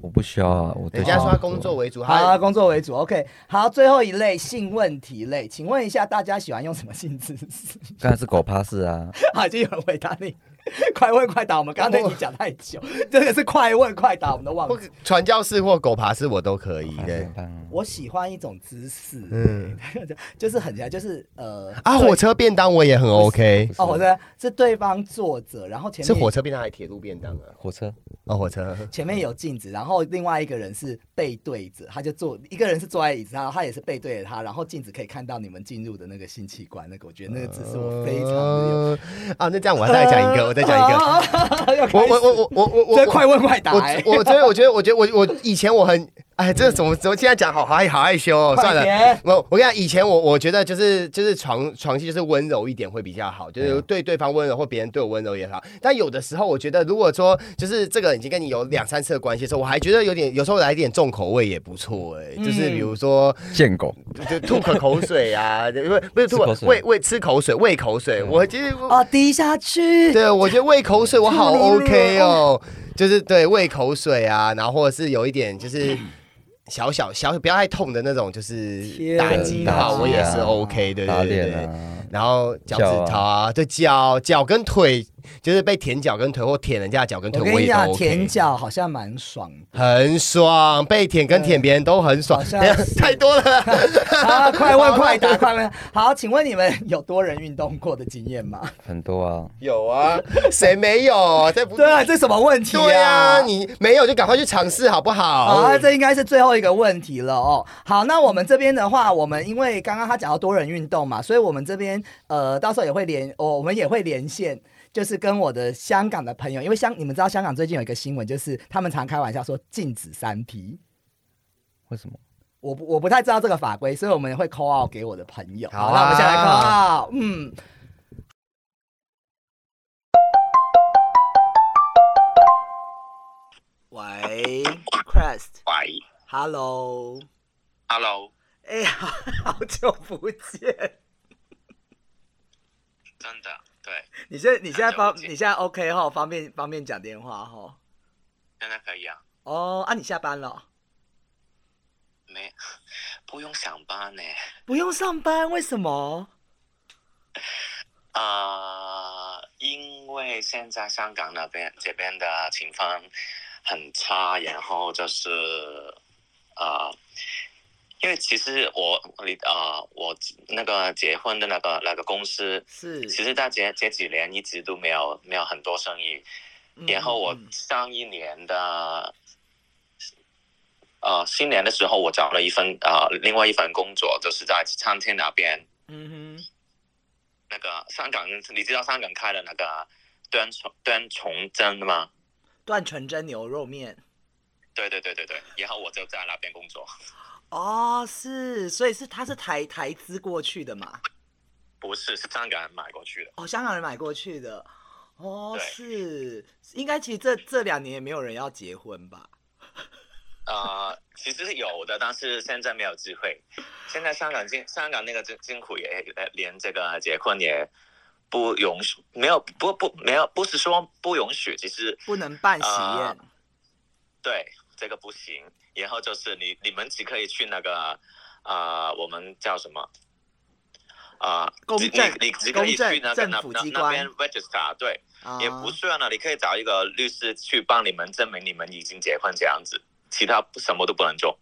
[SPEAKER 3] 我不需要啊，我对
[SPEAKER 1] 人家说
[SPEAKER 3] 工
[SPEAKER 1] 他
[SPEAKER 3] 作
[SPEAKER 1] 工作为主，
[SPEAKER 2] 好、
[SPEAKER 1] 他
[SPEAKER 2] 工作为主。OK，好，最后一类性问题类，请问一下大家喜欢用什么性知识？ (laughs)
[SPEAKER 3] 当然是狗趴式啊。
[SPEAKER 2] 好，已经有人回答你。 (laughs) 快问快答，我们刚刚那题讲太久，这个是快问快答，我们都忘
[SPEAKER 1] 嗯不
[SPEAKER 2] 记。
[SPEAKER 1] 传教士或狗爬式我都可以
[SPEAKER 3] 对
[SPEAKER 1] (laughs) 对。，
[SPEAKER 3] 啊
[SPEAKER 2] 我喜欢一种姿势，
[SPEAKER 1] 嗯
[SPEAKER 2] (laughs) 就是很像，就是呃
[SPEAKER 1] 啊，
[SPEAKER 2] 对
[SPEAKER 1] 火车便当我也很 OK，
[SPEAKER 2] 哦，火车是对方坐着，然后前面
[SPEAKER 1] 是火车便当还是铁路便当啊？
[SPEAKER 3] 火车
[SPEAKER 1] 哦，火车。
[SPEAKER 2] 前面有镜子，然后另外一个人是背对着，他就坐一个人是坐在椅子上，他也是背对着他，然后镜子可以看到你们进入的那个性器官，那个我觉得那个姿势我非常的有。
[SPEAKER 1] 呃啊，那这样我再讲一呃
[SPEAKER 2] 呃
[SPEAKER 1] 个，我再讲一个。
[SPEAKER 2] (laughs) 个，要开
[SPEAKER 1] 我
[SPEAKER 2] 始
[SPEAKER 1] 我我我我我
[SPEAKER 2] 这
[SPEAKER 1] 我
[SPEAKER 2] 快问快答、
[SPEAKER 1] 我
[SPEAKER 2] 欸，
[SPEAKER 1] 我觉得我觉得我觉得我我以前我很哎，这怎么怎么现在讲好好害好害羞哦，
[SPEAKER 2] 快
[SPEAKER 1] 算了
[SPEAKER 2] 点。
[SPEAKER 1] 我我跟你讲，以前我我觉得就是就是床床戏就是温柔一点会比较好，
[SPEAKER 3] 啊
[SPEAKER 1] 就是对对方温柔或别人对我温柔也好。但有的时候我觉得，如果说就是这个已经跟你有两三次的关系的时候，我还觉得有点有时候来一点重口味也不错哎、就是比
[SPEAKER 2] 嗯
[SPEAKER 1] 如说
[SPEAKER 3] 贱狗，
[SPEAKER 1] 就吐口口水啊， (laughs) 不不是吐
[SPEAKER 3] 吃口
[SPEAKER 1] 口
[SPEAKER 3] 水嗯
[SPEAKER 1] 喂喂吃口水喂口水，我其实我
[SPEAKER 2] 哦，滴下 (laughs) 去，
[SPEAKER 1] 对，我觉得喂口水我
[SPEAKER 2] (laughs)
[SPEAKER 1] 好
[SPEAKER 2] 吐你了
[SPEAKER 1] OK 哦，就是对喂口水啊，然后或者是有一点就是
[SPEAKER 2] 嗯
[SPEAKER 1] 小小小不要太痛的那种，就是
[SPEAKER 2] 天
[SPEAKER 1] 打击的
[SPEAKER 3] 哪
[SPEAKER 1] 话，我也是
[SPEAKER 3] 打击啊
[SPEAKER 1] OK，对
[SPEAKER 3] 打
[SPEAKER 1] 对对
[SPEAKER 3] 脸
[SPEAKER 1] 对。
[SPEAKER 3] 啊，
[SPEAKER 1] 然后脚趾头啊，对脚脚跟腿，就是被舔脚跟腿或舔人家的脚跟
[SPEAKER 2] 我
[SPEAKER 1] 腿，
[SPEAKER 2] 跟
[SPEAKER 1] 我
[SPEAKER 2] 你
[SPEAKER 1] 也都
[SPEAKER 2] 讲，
[SPEAKER 1] OK
[SPEAKER 2] 舔脚好像蛮爽的。
[SPEAKER 1] 很爽，被舔跟舔别人都很爽
[SPEAKER 2] 好，像
[SPEAKER 1] 等一下 (laughs)
[SPEAKER 2] 是
[SPEAKER 1] 太多了。
[SPEAKER 2] 啊，快问快答，快问。好，请问你们有多人运动过的经
[SPEAKER 1] (laughs)
[SPEAKER 2] 验吗？
[SPEAKER 3] 很多啊，
[SPEAKER 1] 有啊，谁没有？这不
[SPEAKER 2] 对啊，这什么问题
[SPEAKER 1] 对啊，
[SPEAKER 2] 啊？
[SPEAKER 1] 你没有就赶快去尝试好不好？
[SPEAKER 2] 啊，这应该是最后一个问题了哦。好，那我们这边的话，我们因为刚刚他讲到多人运动嘛，所以我们这边呃，到时候也会连，哦、我们也会连线，就是跟我的香港的朋友，因为香你们知道香港最近有一个新闻，就是他们常开玩笑说禁止三 P。
[SPEAKER 3] 为什么？
[SPEAKER 2] 我不我不太知道这个法规，所以我们会 call out 给我的朋友。
[SPEAKER 1] 好啊
[SPEAKER 2] 那我们先来 call out。嗯，喂
[SPEAKER 4] 喂
[SPEAKER 2] ，Crest，Hello，
[SPEAKER 4] ，Hello，
[SPEAKER 2] 哎呀， (laughs) 好久不见！
[SPEAKER 4] 真的，对，
[SPEAKER 2] 你现在你现在方
[SPEAKER 4] 好久不
[SPEAKER 2] 你
[SPEAKER 4] 见
[SPEAKER 2] 现在 OK 哈，方便方便讲电话哈。
[SPEAKER 4] 真的可以啊，
[SPEAKER 2] 哦，啊，你下班了？
[SPEAKER 4] 没，不用上班呢，
[SPEAKER 2] 不用上班，为什么？
[SPEAKER 4] 啊，因为现在香港那边这边的情况很差，然后就是，呃，因为其实我你啊、我那个结婚的那个那个公司，
[SPEAKER 2] 是，
[SPEAKER 4] 其实在这这几年一直都没有没有很多生意，
[SPEAKER 2] 嗯
[SPEAKER 4] 然后我
[SPEAKER 2] 嗯
[SPEAKER 4] 上一年的，呃，新年的时候我找了一份呃另外一份工作，就是在餐厅那边
[SPEAKER 2] 嗯哼，
[SPEAKER 4] 那个香港，你知道香港开的那个端重端重蒸的吗？
[SPEAKER 2] 段纯真牛肉面。
[SPEAKER 4] 对对对对对，然后我就在那边工作，
[SPEAKER 2] 哦，是，所以是他是台台资过去的嘛？
[SPEAKER 4] 不是是香港人买过去的，
[SPEAKER 2] 哦，香港人买过去的。哦，
[SPEAKER 4] 对
[SPEAKER 2] 是，应该其实这这两年也没有人要结婚吧？
[SPEAKER 4] 呃，其实是有的，但是现在没有机会。现在香港经香港那个政政府也呃连这个结婚也不允许，没有不不没有不是说不允许，其实
[SPEAKER 2] 不能办喜宴
[SPEAKER 4] 啊。对，这个不行。然后就是你你们只可以去那个啊、呃我们叫什么啊、呃
[SPEAKER 2] 公
[SPEAKER 4] 只
[SPEAKER 2] 证
[SPEAKER 4] 你你只可
[SPEAKER 2] 公
[SPEAKER 4] 以
[SPEAKER 2] 证
[SPEAKER 4] 去那个那
[SPEAKER 2] 政府
[SPEAKER 4] 那
[SPEAKER 2] 机
[SPEAKER 4] 那边
[SPEAKER 2] 关
[SPEAKER 4] register，对，
[SPEAKER 2] 啊
[SPEAKER 4] 也不算了。你可以找一个律师去帮你们证明你们已经结婚这样子，其他什么都不能做。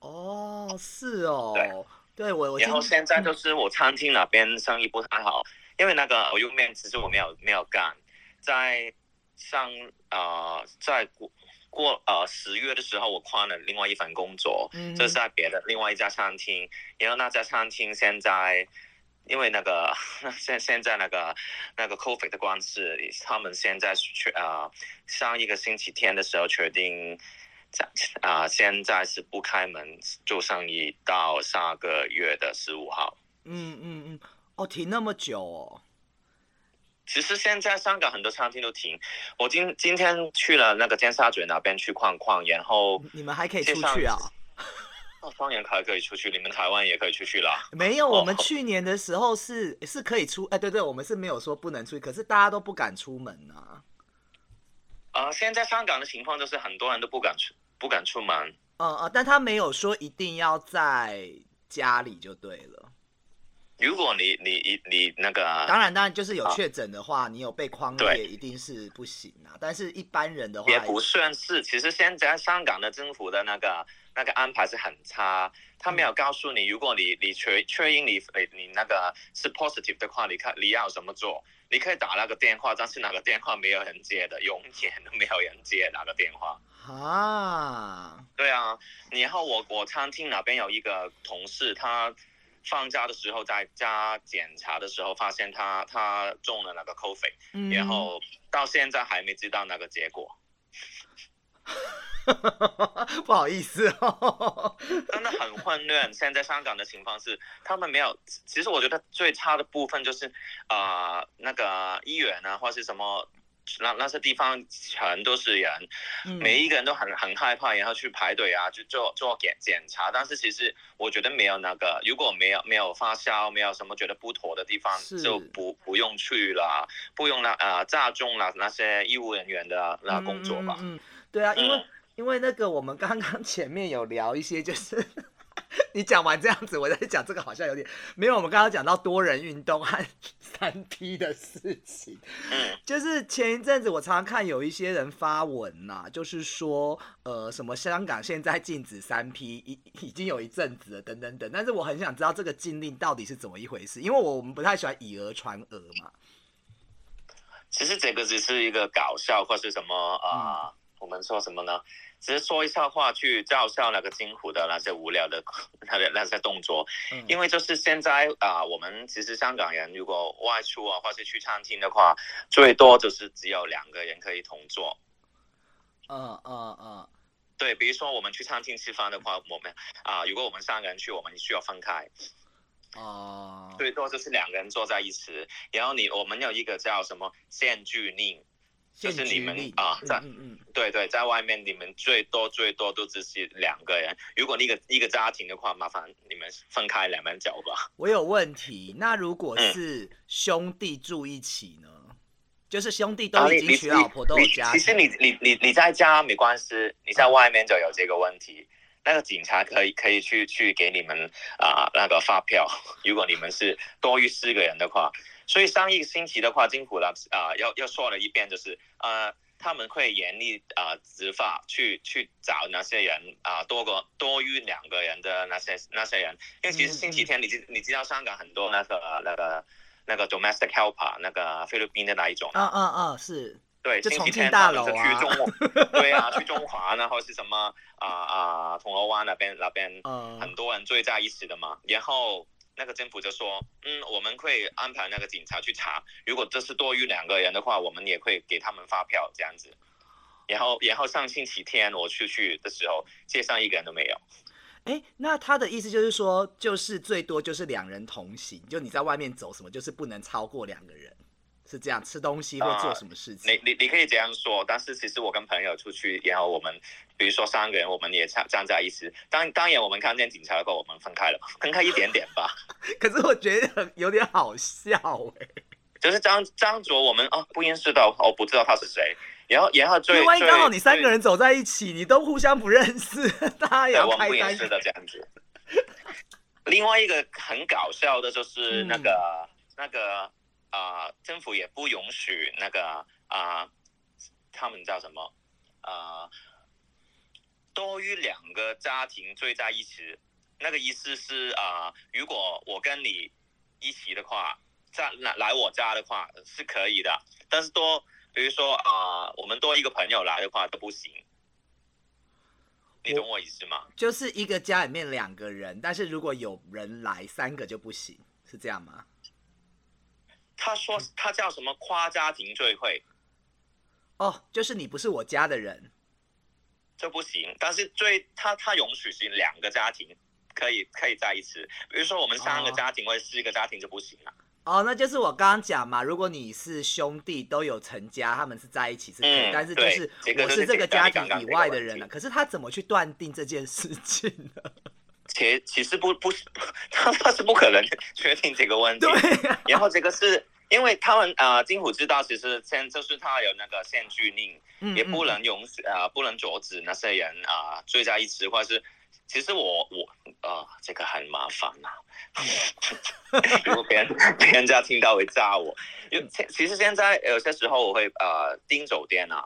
[SPEAKER 2] 哦，是哦，对我嗯我
[SPEAKER 4] 然后
[SPEAKER 2] 今
[SPEAKER 4] 现在就是我餐厅那边生意不太好，因为那个牛肉面其实我没有没有干，在上呃在过过呃十月的时候，我换了另外一份工作，
[SPEAKER 2] 嗯
[SPEAKER 4] 这是在别的另外一家餐厅，然后那家餐厅现在。因为那个 (laughs) 现现在那个那个 COVID 的关系，他们现在确啊、上一个星期天的时候决定在啊、现在是不开门做生意到下个月的十五号。
[SPEAKER 2] 嗯嗯嗯，哦，停那么久哦，
[SPEAKER 4] 其实现在香港很多餐厅都停。我今今天去了那个尖沙咀那边去逛逛，然后
[SPEAKER 2] 你们还可以
[SPEAKER 4] 街
[SPEAKER 2] 出
[SPEAKER 4] 上
[SPEAKER 2] 去啊？
[SPEAKER 4] 哦，当然还可以出去，你们台湾也可以出去啦。
[SPEAKER 2] 没有，
[SPEAKER 4] 哦
[SPEAKER 2] 我们去年的时候是是可以出，哎，对对，我们是没有说不能出去，可是大家都不敢出门啊。
[SPEAKER 4] 啊，现在香港的情况就是很多人都不敢出不敢出门。
[SPEAKER 2] 嗯嗯，但他没有说一定要在家里就对了。
[SPEAKER 4] 如果你你你你那
[SPEAKER 2] 当
[SPEAKER 4] 个
[SPEAKER 2] 然，当然就是有
[SPEAKER 4] 啊
[SPEAKER 2] 确诊的话，你有被框列
[SPEAKER 4] 对
[SPEAKER 2] 一定是不行啊。但是一般人的话
[SPEAKER 4] 也不算是，其实现在香港的政府的那个那个安排是很差，他没有告诉你，如果你你确确认你你你那个是 positive 的话，你看你要怎么做？你可以打那个电话，但是那个电话没有人接的，永远都没有人接那个电话。
[SPEAKER 2] 啊，
[SPEAKER 4] 对啊，然后我我餐厅那边有一个同事，他放假的时候在家检查的时候，发现他他中了那个 COVID，、
[SPEAKER 2] 嗯
[SPEAKER 4] 然后到现在还没知道那个结果，
[SPEAKER 2] (laughs) 不好意思哦，
[SPEAKER 4] (laughs) 真的很混乱。 (laughs) 现在香港的情况是，他们没有，其实我觉得最差的部分就是啊、呃那个医院啊，或是什么。那那些地方全都是人，
[SPEAKER 2] 嗯
[SPEAKER 4] 每一个人都很很害怕，然后去排队啊，去做做检检查。但是其实我觉得没有那个，如果没有没有发烧，没有什么觉得不妥的地方
[SPEAKER 2] 是，
[SPEAKER 4] 就不不用去了，不用那呃炸中了那些医务人员的那工作
[SPEAKER 2] 嗯
[SPEAKER 4] 吧。
[SPEAKER 2] 嗯，嗯嗯嗯对啊，因为、
[SPEAKER 4] 嗯
[SPEAKER 2] 因为那个我们刚刚前面有聊一些，就是 (laughs) 你讲完这样子，我在讲这个好像有点没有。我们刚刚讲到多人运动和三 P 的事情， (laughs)
[SPEAKER 4] 嗯
[SPEAKER 2] 就是前一阵子我常常看有一些人发文呐、就是说呃什么香港现在禁止三 P 已已经有一阵子了，等等等。但是我很想知道这个禁令到底是怎么一回事，因为我我们不太喜欢以讹传讹嘛。
[SPEAKER 4] 其实这个只是一个搞笑或是什么啊、呃
[SPEAKER 2] 嗯
[SPEAKER 4] 我们说什么呢？只是说一下话去照笑那个辛苦的那些无聊的那那些动作，
[SPEAKER 2] 嗯
[SPEAKER 4] 因为就是现在啊、呃我们其实香港人如果外出啊，或是去餐厅的话，最多就是只有两个人可以同坐。
[SPEAKER 2] 嗯嗯嗯
[SPEAKER 4] 对，比如说我们去餐厅吃饭的话，我们啊、如果我们三个人去，我们需要分开，
[SPEAKER 2] 哦，
[SPEAKER 4] 最多就是两个人坐在一起。然后你我们有一个叫什么限聚令，就
[SPEAKER 2] 限
[SPEAKER 4] 是
[SPEAKER 2] 聚
[SPEAKER 4] 你们
[SPEAKER 2] 令
[SPEAKER 4] 啊在
[SPEAKER 2] 嗯嗯
[SPEAKER 4] 对对，在外面你们最多最多都只是两个人。如果那个一个家庭的话，麻烦你们分开两边走吧。
[SPEAKER 2] 我有问题，那如果
[SPEAKER 4] 嗯
[SPEAKER 2] 是兄弟住一起呢？就是兄弟
[SPEAKER 4] 啊
[SPEAKER 2] 都已经娶老婆，都有家
[SPEAKER 4] 其实
[SPEAKER 2] 庭。嗯
[SPEAKER 4] 你你你你在家没关系，你在外面就有这个问题。那个警察可以可以去去给你们啊、那个发票， (laughs) 如果你们是多于四个人的话。所以上一个星期的话，政府呢啊、要要说了一遍，就是呃他们会严厉啊、执法去去找那些人啊、多个多于两个人的那些那些人，因为其实星期天你知你知道香港很多那个那个那个 domestic helper 那个菲律宾的那一种
[SPEAKER 2] 啊啊啊！是，
[SPEAKER 4] 对，
[SPEAKER 2] 就
[SPEAKER 4] 星
[SPEAKER 2] 重
[SPEAKER 4] 期
[SPEAKER 2] 庆
[SPEAKER 4] 天
[SPEAKER 2] 大
[SPEAKER 4] 他们就
[SPEAKER 2] 楼
[SPEAKER 4] 去
[SPEAKER 2] 啊
[SPEAKER 4] 中
[SPEAKER 2] (laughs)
[SPEAKER 4] 环，对啊，去中环啊，或是什么啊啊铜锣湾那边那边，
[SPEAKER 2] 呃，
[SPEAKER 4] 很多人聚在一起的嘛。然后那个政府就说，嗯，我们会安排那个警察去查，如果这是多于两个人的话，我们也会给他们发票这样子。然后，然后上星期天我出去的时候，街上一个人都没有。
[SPEAKER 2] 哎，那他的意思就是说，就是最多就是两人同行，就你在外面走什么，就是不能超过两个人，是这样，吃东西或做什么事情。
[SPEAKER 4] 啊你你你可以这样说，但是其实我跟朋友出去，然后我们比如说三个人，我们也站站在一起。当当然，我们看见警察的话，我们分开了，分开一点点吧。
[SPEAKER 2] 可是我觉得有点好笑哎、
[SPEAKER 4] 就是张张卓，我们啊不认识的，我不知道他是谁。然后然后
[SPEAKER 2] 因
[SPEAKER 4] 最
[SPEAKER 2] 为万一刚好
[SPEAKER 4] 最
[SPEAKER 2] 你三个人走在一起，你都互相不认识， (laughs) 大家也
[SPEAKER 4] 对
[SPEAKER 2] 要
[SPEAKER 4] 我们
[SPEAKER 2] 开
[SPEAKER 4] 不认识
[SPEAKER 2] 单。
[SPEAKER 4] 的这样子。另外一个很搞笑的就是那个、那个啊、呃政府也不允许那个啊、呃他们叫什么啊、呃多于两个家庭聚在一起，那个意思是啊、呃如果我跟你一起的话，在来来我家的话是可以的，但是多比如说啊、呃我们多一个朋友来的话都不行。你懂我意思吗？
[SPEAKER 2] 就是一个家里面两个人，但是如果有人来三个就不行，是这样吗？
[SPEAKER 4] 他说他叫什么跨家庭聚会，
[SPEAKER 2] 哦，就是你不是我家的人，
[SPEAKER 4] 这不行。但是最他他允许是两个家庭可以可以在一起，比如说我们三个
[SPEAKER 2] 哦
[SPEAKER 4] 家庭或者四个家庭就不行了。
[SPEAKER 2] 哦，那就是我刚刚讲嘛，如果你是兄弟都有成家，他们是在一起是可以，
[SPEAKER 4] 嗯
[SPEAKER 2] 但是就
[SPEAKER 4] 对
[SPEAKER 2] 是
[SPEAKER 4] 这个
[SPEAKER 2] 我
[SPEAKER 4] 就是
[SPEAKER 2] 这个
[SPEAKER 4] 简单
[SPEAKER 2] 家
[SPEAKER 4] 你刚刚
[SPEAKER 2] 庭以
[SPEAKER 4] 这个
[SPEAKER 2] 外的
[SPEAKER 4] 问
[SPEAKER 2] 人
[SPEAKER 4] 题
[SPEAKER 2] 了。可是他怎么去断定这件事情呢？
[SPEAKER 4] 且其实不不是 (laughs) 他他是不可能 (laughs) 确定这个问题。
[SPEAKER 2] 对、啊，
[SPEAKER 4] 然后这个是因为他们啊，呃政府知道其实现就是他有那个限聚令，
[SPEAKER 2] 嗯
[SPEAKER 4] 也不
[SPEAKER 2] 嗯
[SPEAKER 4] 能允许啊，不能阻止那些人啊、呃聚在一起，或者是其实我我啊、这个很麻烦
[SPEAKER 2] (laughs)
[SPEAKER 4] 呐、如果别人别人家听到会炸我。因为其其实现在有些时候我会呃订酒店啊，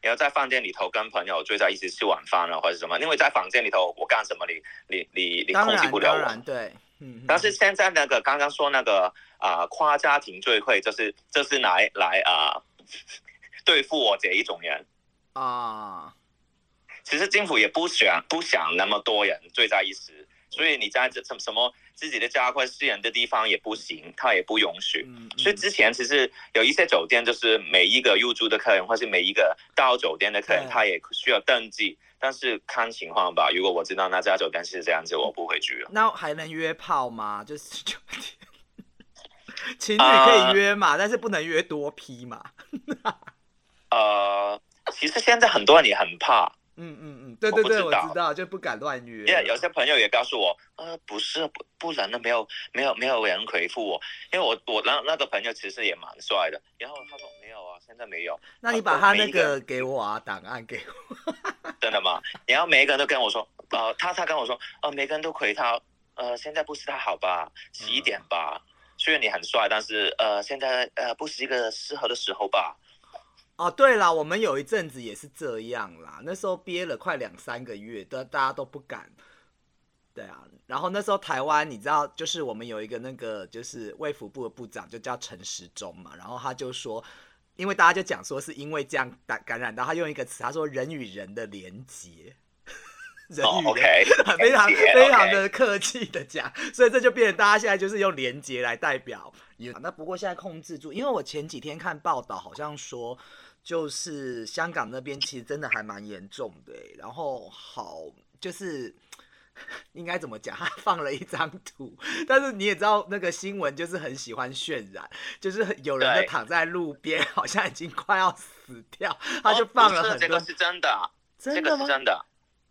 [SPEAKER 4] 然后在饭店里头跟朋友聚在一起吃晚饭啊，或者什么，因为在房间里头我干什么你你你你
[SPEAKER 2] 当
[SPEAKER 4] 控制
[SPEAKER 2] 然
[SPEAKER 4] 不了
[SPEAKER 2] 当
[SPEAKER 4] 我
[SPEAKER 2] 然。对，嗯，
[SPEAKER 4] 但是现在那个刚刚说那个啊、跨家庭聚会，就是这是来来啊、 (laughs) 对付我这一种人。
[SPEAKER 2] 嗯啊，
[SPEAKER 4] 其实政府也不想不想那么多人聚在一起，所以你在这什什么自己的家或私人的地方也不行，他也不允许。
[SPEAKER 2] 嗯，
[SPEAKER 4] 所以
[SPEAKER 2] 嗯
[SPEAKER 4] 之前其实有一些酒店，就是每一个入住的客人或是每一个到酒店的客人，
[SPEAKER 2] 对
[SPEAKER 4] 他也需要登记。但是看情况吧，如果我知道那家酒店是这样子，我不会去了。
[SPEAKER 2] 那还能约炮吗？就是 (laughs) 就情侣
[SPEAKER 4] 啊
[SPEAKER 2] 可以约嘛，但是不能约多批嘛。
[SPEAKER 4] 呃，其实现在很多人也很怕，
[SPEAKER 2] 嗯嗯嗯，对
[SPEAKER 4] 我
[SPEAKER 2] 对
[SPEAKER 4] 不
[SPEAKER 2] 对，
[SPEAKER 4] 知
[SPEAKER 2] 我
[SPEAKER 4] 道
[SPEAKER 2] 知道，就不敢乱约。
[SPEAKER 4] 因为有些朋友也告诉我，呃，不是不不能的，没有没有没有人回复我，因为我我那那个朋友其实也蛮帅的，然后他说没有啊，现在没有，
[SPEAKER 2] 那你把他那个给我啊，档案给我。
[SPEAKER 4] (laughs) 真的吗？然后每一个人都跟我说，呃，他他跟我说，呃，每个人都回他，呃，现在不是太好吧，十一点吧，虽然你很帅，但是呃，现在呃不是一个适合的时候吧。
[SPEAKER 2] 哦，对啦，我们有一阵子也是这样啦，那时候憋了快两三个月，但大家都不敢。对啊，然后那时候台湾，你知道，就是我们有一个那个就是卫福部的部长，就叫陈时中嘛，然后他就说，因为大家就讲说是因为这样感感染到，他用一个词，他说人与人的连结。 (laughs) 人
[SPEAKER 4] 哦
[SPEAKER 2] 与人
[SPEAKER 4] ，OK，
[SPEAKER 2] (laughs) 非常
[SPEAKER 4] 连结
[SPEAKER 2] 非常
[SPEAKER 4] OK
[SPEAKER 2] 的客气的讲，所以这就变成大家现在就是用连接来代表。那不过现在控制住，因为我前几天看报道，好像说就是香港那边其实真的还蛮严重的欸、然后好就是。 (laughs) 应该怎么讲？他放了一张图，但是你也知道，那个新闻就是很喜欢渲染，就是有人就
[SPEAKER 4] 对
[SPEAKER 2] 躺在路边，好像已经快要死掉，他
[SPEAKER 4] 哦
[SPEAKER 2] 就
[SPEAKER 4] 不
[SPEAKER 2] 放了
[SPEAKER 4] 是
[SPEAKER 2] 很
[SPEAKER 4] 这
[SPEAKER 2] 多，
[SPEAKER 4] 个是真的，啊这
[SPEAKER 2] 真
[SPEAKER 4] 个
[SPEAKER 2] 的
[SPEAKER 4] 是
[SPEAKER 2] 吗？
[SPEAKER 4] 真的，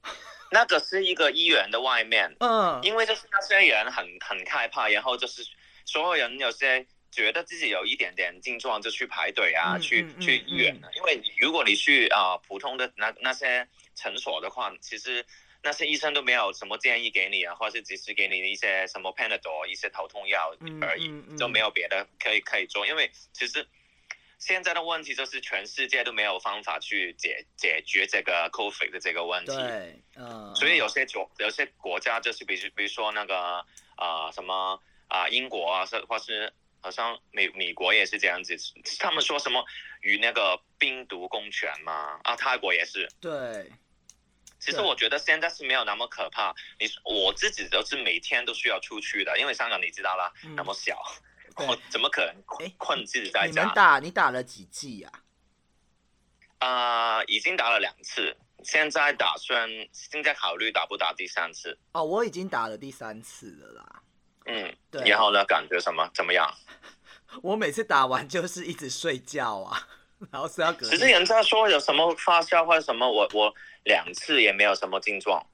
[SPEAKER 4] (laughs) 那个是一个医院的外面，
[SPEAKER 2] 嗯，
[SPEAKER 4] 因为就是那些人很很害怕，然后就是所有人有些觉得自己有一点点症状就去排队啊，
[SPEAKER 2] 嗯
[SPEAKER 4] 去
[SPEAKER 2] 嗯嗯
[SPEAKER 4] 去医院、啊。因为如果你去啊、呃普通的那那些诊所的话，其实那些医生都没有什么建议给你啊，或是只是给你一些什么 Panadol 一些头痛药
[SPEAKER 2] 嗯
[SPEAKER 4] 而已，
[SPEAKER 2] 嗯嗯
[SPEAKER 4] 就没有别的可以可以做，因为其实。现在的问题就是全世界都没有方法去解解决这个 COVID 的这个问题。
[SPEAKER 2] 对，嗯，
[SPEAKER 4] 所以有些国有些国家就是比如比如说那个啊、呃什么啊、英国啊，是或是好像美美国也是这样子，他们说什么与那个病毒共存嘛啊，泰国也是。
[SPEAKER 2] 对，
[SPEAKER 4] 其实
[SPEAKER 2] 对
[SPEAKER 4] 我觉得现在是没有那么可怕，你我自己都是每天都需要出去的，因为香港你知道啦，
[SPEAKER 2] 嗯
[SPEAKER 4] 那么小，
[SPEAKER 2] 对
[SPEAKER 4] 我怎么可能困
[SPEAKER 2] 哎
[SPEAKER 4] 困自己在
[SPEAKER 2] 你们
[SPEAKER 4] 家？
[SPEAKER 2] 打你打了几剂呀、
[SPEAKER 4] 啊、已经打了两次，现在打算现在考虑打不打第三次？
[SPEAKER 2] 哦，我已经打了第三次了啦。
[SPEAKER 4] 嗯，
[SPEAKER 2] 对，
[SPEAKER 4] 然后呢，感觉什么怎么样？
[SPEAKER 2] 我每次打完就是一直睡觉啊， (laughs) 然后睡到隔
[SPEAKER 4] 只是
[SPEAKER 2] 天。
[SPEAKER 4] 人家说有什么发烧或者什么，我我两次也没有什么症状。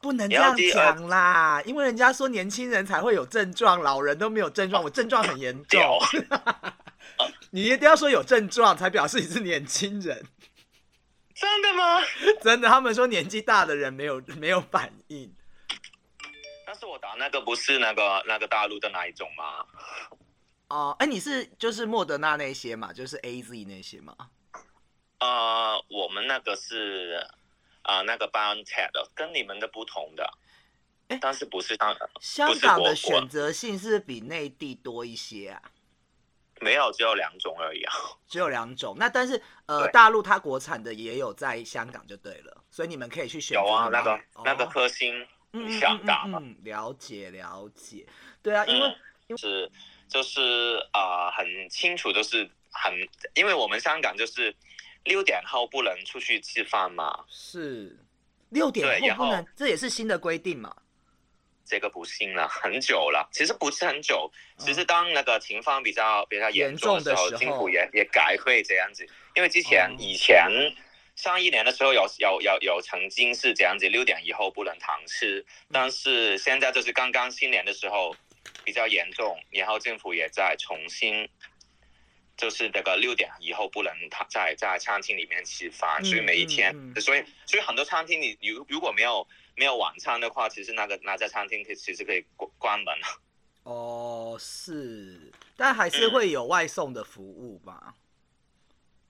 [SPEAKER 2] 不能这
[SPEAKER 4] 然
[SPEAKER 2] 样
[SPEAKER 4] 后第二
[SPEAKER 2] 讲啦，因为人家说年轻人才会有症状，老人都没有症状，我症状很严重
[SPEAKER 4] 屌。
[SPEAKER 2] (laughs) 你一定要说有症状才表示你是年轻人， (laughs)
[SPEAKER 4] 真的吗？
[SPEAKER 2] 真的，他们说年纪大的人没有没有反应。
[SPEAKER 4] 但是我打那个不是那个那个大陆的那一种吗？
[SPEAKER 2] 哦，哎，你是就是莫德纳那些嘛，就是 A Z 那些嘛？
[SPEAKER 4] 呃，我们那个是啊、那个 BioNTech 的，跟你们的不同的
[SPEAKER 2] 诶，
[SPEAKER 4] 但是不是当
[SPEAKER 2] 香港的
[SPEAKER 4] 不是我我
[SPEAKER 2] 选择性是不是比内地多一些啊？
[SPEAKER 4] 没有只有两种而已啊。
[SPEAKER 2] 只有两种。那但是呃，
[SPEAKER 4] 对
[SPEAKER 2] 大陆它国产的也有在香港就对了，所以你们可以去选择
[SPEAKER 4] 有啊，
[SPEAKER 2] 你
[SPEAKER 4] 那
[SPEAKER 2] 们
[SPEAKER 4] 个、
[SPEAKER 2] 哦
[SPEAKER 4] 那个科兴
[SPEAKER 2] 嗯嗯
[SPEAKER 4] 想打
[SPEAKER 2] 嗯
[SPEAKER 4] 吗？
[SPEAKER 2] 嗯嗯，了解了解。对啊，
[SPEAKER 4] 嗯
[SPEAKER 2] 因为、
[SPEAKER 4] 是就是啊、呃很清楚，就是很，因为我们香港就是六点后不能出去吃饭嘛，
[SPEAKER 2] 是六点
[SPEAKER 4] 对然
[SPEAKER 2] 后不能
[SPEAKER 4] 后，
[SPEAKER 2] 这也是新的规定嘛。
[SPEAKER 4] 这个不幸了， (laughs) 很久了。其实不是很久，
[SPEAKER 2] 嗯
[SPEAKER 4] 其实当那个情况比较比较严重的时
[SPEAKER 2] 严重
[SPEAKER 4] 候，
[SPEAKER 2] 的时
[SPEAKER 4] 政
[SPEAKER 2] 候
[SPEAKER 4] 府也也改会这样子。因为之前
[SPEAKER 2] 哦
[SPEAKER 4] 以前上一年的时候有有有有曾经是这样子，六点以后不能堂吃，
[SPEAKER 2] 嗯
[SPEAKER 4] 但是现在就是刚刚新年的时候比较严重，然后政府也在重新。就是那个六点以后不能堂在在餐厅里面吃饭，
[SPEAKER 2] 嗯
[SPEAKER 4] 所以每一天，
[SPEAKER 2] 嗯嗯
[SPEAKER 4] 所以所以很多餐厅你如如果没有没有晚餐的话，其实那个那家餐厅可以其实可以关关门。
[SPEAKER 2] 哦，是，但还
[SPEAKER 4] 嗯
[SPEAKER 2] 是会有外送的服务吧。
[SPEAKER 4] (laughs)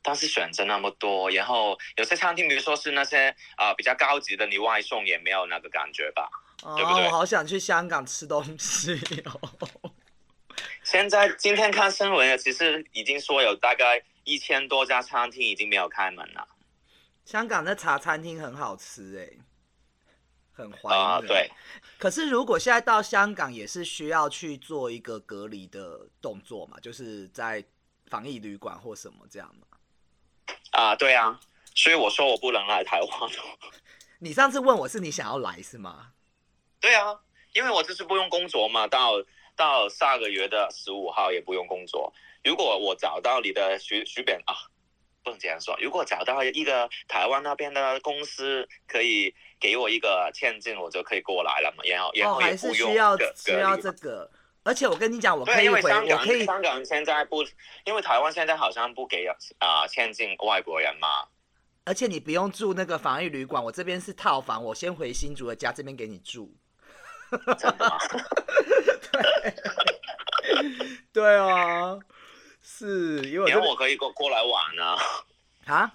[SPEAKER 4] 但是选择那么多，然后有些餐厅，比如说是那些啊、呃比较高级的，你外送也没有那个感觉吧。
[SPEAKER 2] 哦，
[SPEAKER 4] 对不对
[SPEAKER 2] 我好想去香港吃东西哦。 (laughs)
[SPEAKER 4] 现在今天看新闻，其实已经说有大概一千多家餐厅已经没有开门了。
[SPEAKER 2] 香港的茶餐厅很好吃哎、很怀念。
[SPEAKER 4] 啊、对，
[SPEAKER 2] 可是如果现在到香港，也是需要去做一个隔离的动作嘛，就是在防疫旅馆或什么这样嘛。
[SPEAKER 4] 啊、对啊，所以我说我不能来台湾。
[SPEAKER 2] 你上次问我是你想要来是吗？
[SPEAKER 4] 对啊，因为我这次不用工作嘛，到到下个月的十五号也不用工作。如果我找到你的徐徐本啊，不能这样说。如果找到一个台湾那边的公司可以给我一个签证，我就可以过来了嘛。然后然
[SPEAKER 2] 哦，
[SPEAKER 4] 后也
[SPEAKER 2] 还是
[SPEAKER 4] 不用
[SPEAKER 2] 需要
[SPEAKER 4] 隔
[SPEAKER 2] 需要。
[SPEAKER 4] 隔
[SPEAKER 2] 这
[SPEAKER 4] 离
[SPEAKER 2] 个。而且我跟你讲，我可
[SPEAKER 4] 对，
[SPEAKER 2] 以
[SPEAKER 4] 因为
[SPEAKER 2] 回，
[SPEAKER 4] 香
[SPEAKER 2] 我
[SPEAKER 4] 港
[SPEAKER 2] 可以
[SPEAKER 4] 香啊港现在不，因为台湾现在好像不给啊、签证外国人嘛。
[SPEAKER 2] 而且你不用住那个防疫旅馆，我这边是套房，我先回新竹的家，这边给你住。
[SPEAKER 4] 真
[SPEAKER 2] (laughs)
[SPEAKER 4] 的吗？
[SPEAKER 2] 对啊，是因为我
[SPEAKER 4] 因
[SPEAKER 2] 这边
[SPEAKER 4] 为我可以过过来玩啊。
[SPEAKER 2] 啊，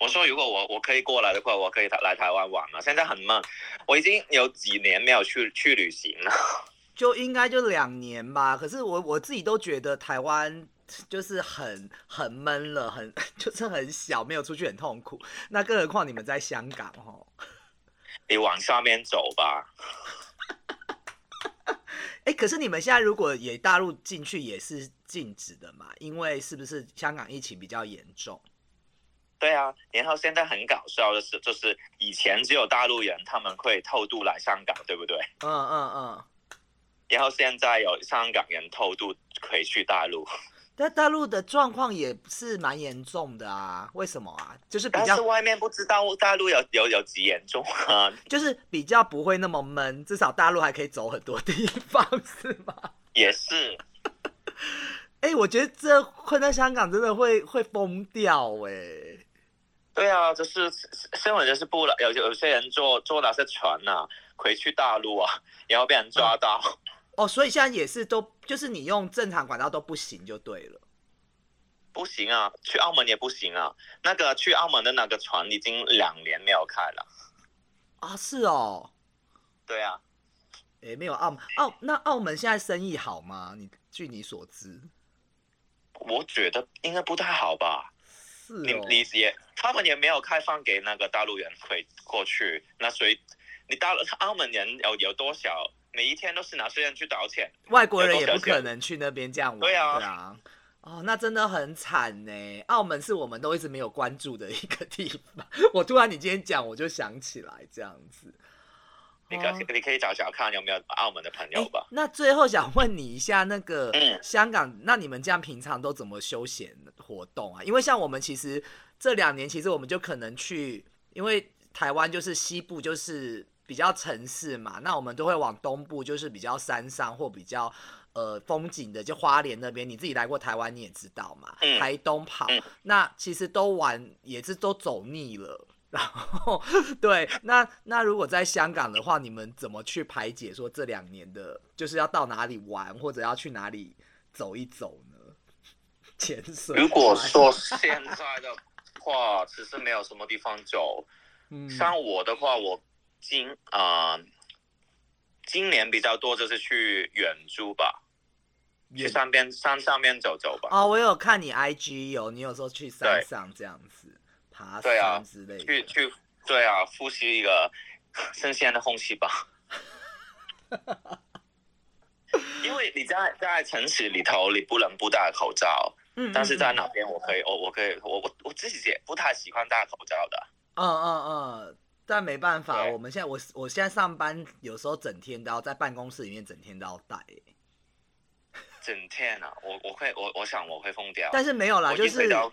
[SPEAKER 4] 我说如果我我可以过来的话，我可以来台湾玩了。啊现在很闷，我已经有几年没有去去旅行了。 (laughs)
[SPEAKER 2] 就应该就两年吧。可是我我自己都觉得台湾就是很很闷了，很 (laughs) 就是很小，没有出去很痛苦。那更何况你们在香港哦。
[SPEAKER 4] 你往下面走吧，
[SPEAKER 2] 哎，可是你们现在如果也大陆进去也是禁止的嘛？因为是不是香港疫情比较严重？
[SPEAKER 4] 对啊。然后现在很搞笑的是，就是以前只有大陆人他们会偷渡来香港，对不对？
[SPEAKER 2] 嗯嗯嗯。
[SPEAKER 4] 然后现在有香港人偷渡回去大陆，
[SPEAKER 2] 但大陆的状况也是蛮严重的啊，为什么啊？就是比
[SPEAKER 4] 但
[SPEAKER 2] 较
[SPEAKER 4] 是外面不知道大陆有有有几严重啊？ (laughs)
[SPEAKER 2] 就是比较不会那么闷，至少大陆还可以走很多地方， (laughs) 是吗？
[SPEAKER 4] 也是，
[SPEAKER 2] 哎、我觉得这困在香港真的会会疯掉哎、
[SPEAKER 4] 对啊，就是新闻就是不了，有有些人坐坐那些船啊，回去大陆啊，然后被人抓到。
[SPEAKER 2] 哦，所以现在也是都就是你用正常管道都不行就对了。
[SPEAKER 4] 不行啊，去澳门也不行啊。那个去澳门的那个船已经两年没有开了。
[SPEAKER 2] 啊，是哦，
[SPEAKER 4] 对啊，
[SPEAKER 2] 哎、没有澳门澳那澳门现在生意好吗？你据你所知
[SPEAKER 4] 我觉得应该不太好吧。
[SPEAKER 2] 是
[SPEAKER 4] 你
[SPEAKER 2] 哦，
[SPEAKER 4] 你也他们也没有开放给那个大陆人回过去，那所以你大陆澳门人有有多少？每一天都是哪些人去道歉？
[SPEAKER 2] 外国人
[SPEAKER 4] 有
[SPEAKER 2] 也
[SPEAKER 4] 多
[SPEAKER 2] 不
[SPEAKER 4] 少钱
[SPEAKER 2] 可能去那边这样玩，
[SPEAKER 4] 对啊
[SPEAKER 2] 哦，那真的很惨呢。澳门是我们都一直没有关注的一个地方。 (laughs) 我突然你今天讲，我就想起来这样子。
[SPEAKER 4] 你可、
[SPEAKER 2] 哦哎
[SPEAKER 4] 你可以找找看有没有澳门的朋友
[SPEAKER 2] 诶
[SPEAKER 4] 吧。
[SPEAKER 2] 那最后想问你一下，那个
[SPEAKER 4] 嗯
[SPEAKER 2] 香港，那你们这样平常都怎么休闲活动啊？因为像我们其实这两年，其实我们就可能去，因为台湾就是西部就是比较城市嘛，那我们都会往东部，就是比较山上或比较。呃，风景的就花莲那边，你自己来过台湾，你也知道嘛。
[SPEAKER 4] 嗯
[SPEAKER 2] 台东跑，
[SPEAKER 4] 嗯
[SPEAKER 2] 那其实都玩也是都走腻了。然后，对，那那如果在香港的话，你们怎么去排解说这两年的，就是要到哪里玩，或者要去哪里走一走呢？潜水。
[SPEAKER 4] 如果说现在的
[SPEAKER 2] (laughs)
[SPEAKER 4] 话，其实没有什么地方走。
[SPEAKER 2] 嗯
[SPEAKER 4] 像我的话，我今啊、今年比较多就是去远珠吧，去山边山上面走走吧。
[SPEAKER 2] 哦，我有看你 IG 有，你有时候去山
[SPEAKER 4] 对
[SPEAKER 2] 上这样子爬
[SPEAKER 4] 对啊
[SPEAKER 2] 山之类的。
[SPEAKER 4] 去去，对啊，呼吸一个 (laughs) 新鲜的空
[SPEAKER 2] (laughs)
[SPEAKER 4] 气吧。因为你在在城市里头，你不能不戴口罩，
[SPEAKER 2] 嗯，嗯
[SPEAKER 4] 但是在
[SPEAKER 2] 嗯
[SPEAKER 4] 那边我可以，我我可以，我我我自己也不太喜欢戴口罩的。
[SPEAKER 2] 嗯嗯嗯，但没办法，
[SPEAKER 4] 对
[SPEAKER 2] 我们现在我我现在上班有时候整天都要在办公室里面整天都要欸戴、
[SPEAKER 4] 整天啊，我我会我我想我会疯掉。
[SPEAKER 2] 但是没有啦，
[SPEAKER 4] 我
[SPEAKER 2] 就
[SPEAKER 4] 一回
[SPEAKER 2] 是
[SPEAKER 4] 到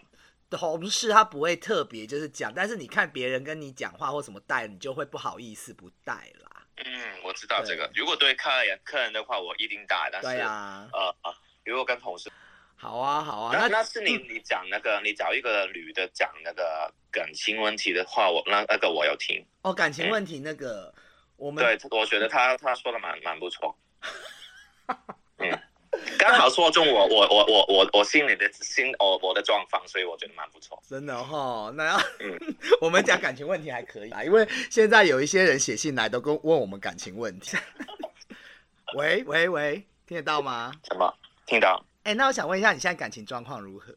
[SPEAKER 2] 同事他不会特别就是讲，但是你看别人跟你讲话或什么带，你就会不好意思不带啦。
[SPEAKER 4] 嗯，我知道这个
[SPEAKER 2] 对。
[SPEAKER 4] 如果对客人客人的话，我一定打，但是、
[SPEAKER 2] 对啊，
[SPEAKER 4] 呃，呃如果跟同事，
[SPEAKER 2] 好啊，好啊，
[SPEAKER 4] 那
[SPEAKER 2] 那
[SPEAKER 4] 那是你你讲那个，你找一个女的讲那个感情问题的话，我那那个我有听，
[SPEAKER 2] 哦感情问题那个，我们
[SPEAKER 4] 哎对，我觉得她她说的蛮蛮不
[SPEAKER 2] (laughs)
[SPEAKER 4] 错，嗯，刚好说中我我我我我我心里的心我我的状况，所以我觉得蛮不错。
[SPEAKER 2] 真的哈，那要
[SPEAKER 4] 嗯
[SPEAKER 2] (laughs) 我们讲感情问题还可以啊，因为现在有一些人写信来都跟问我们感情问
[SPEAKER 4] (laughs)
[SPEAKER 2] 题。喂喂喂，听得到吗？
[SPEAKER 4] 什么？听到？
[SPEAKER 2] 哎、那我想问一下，你现在感情状况如何？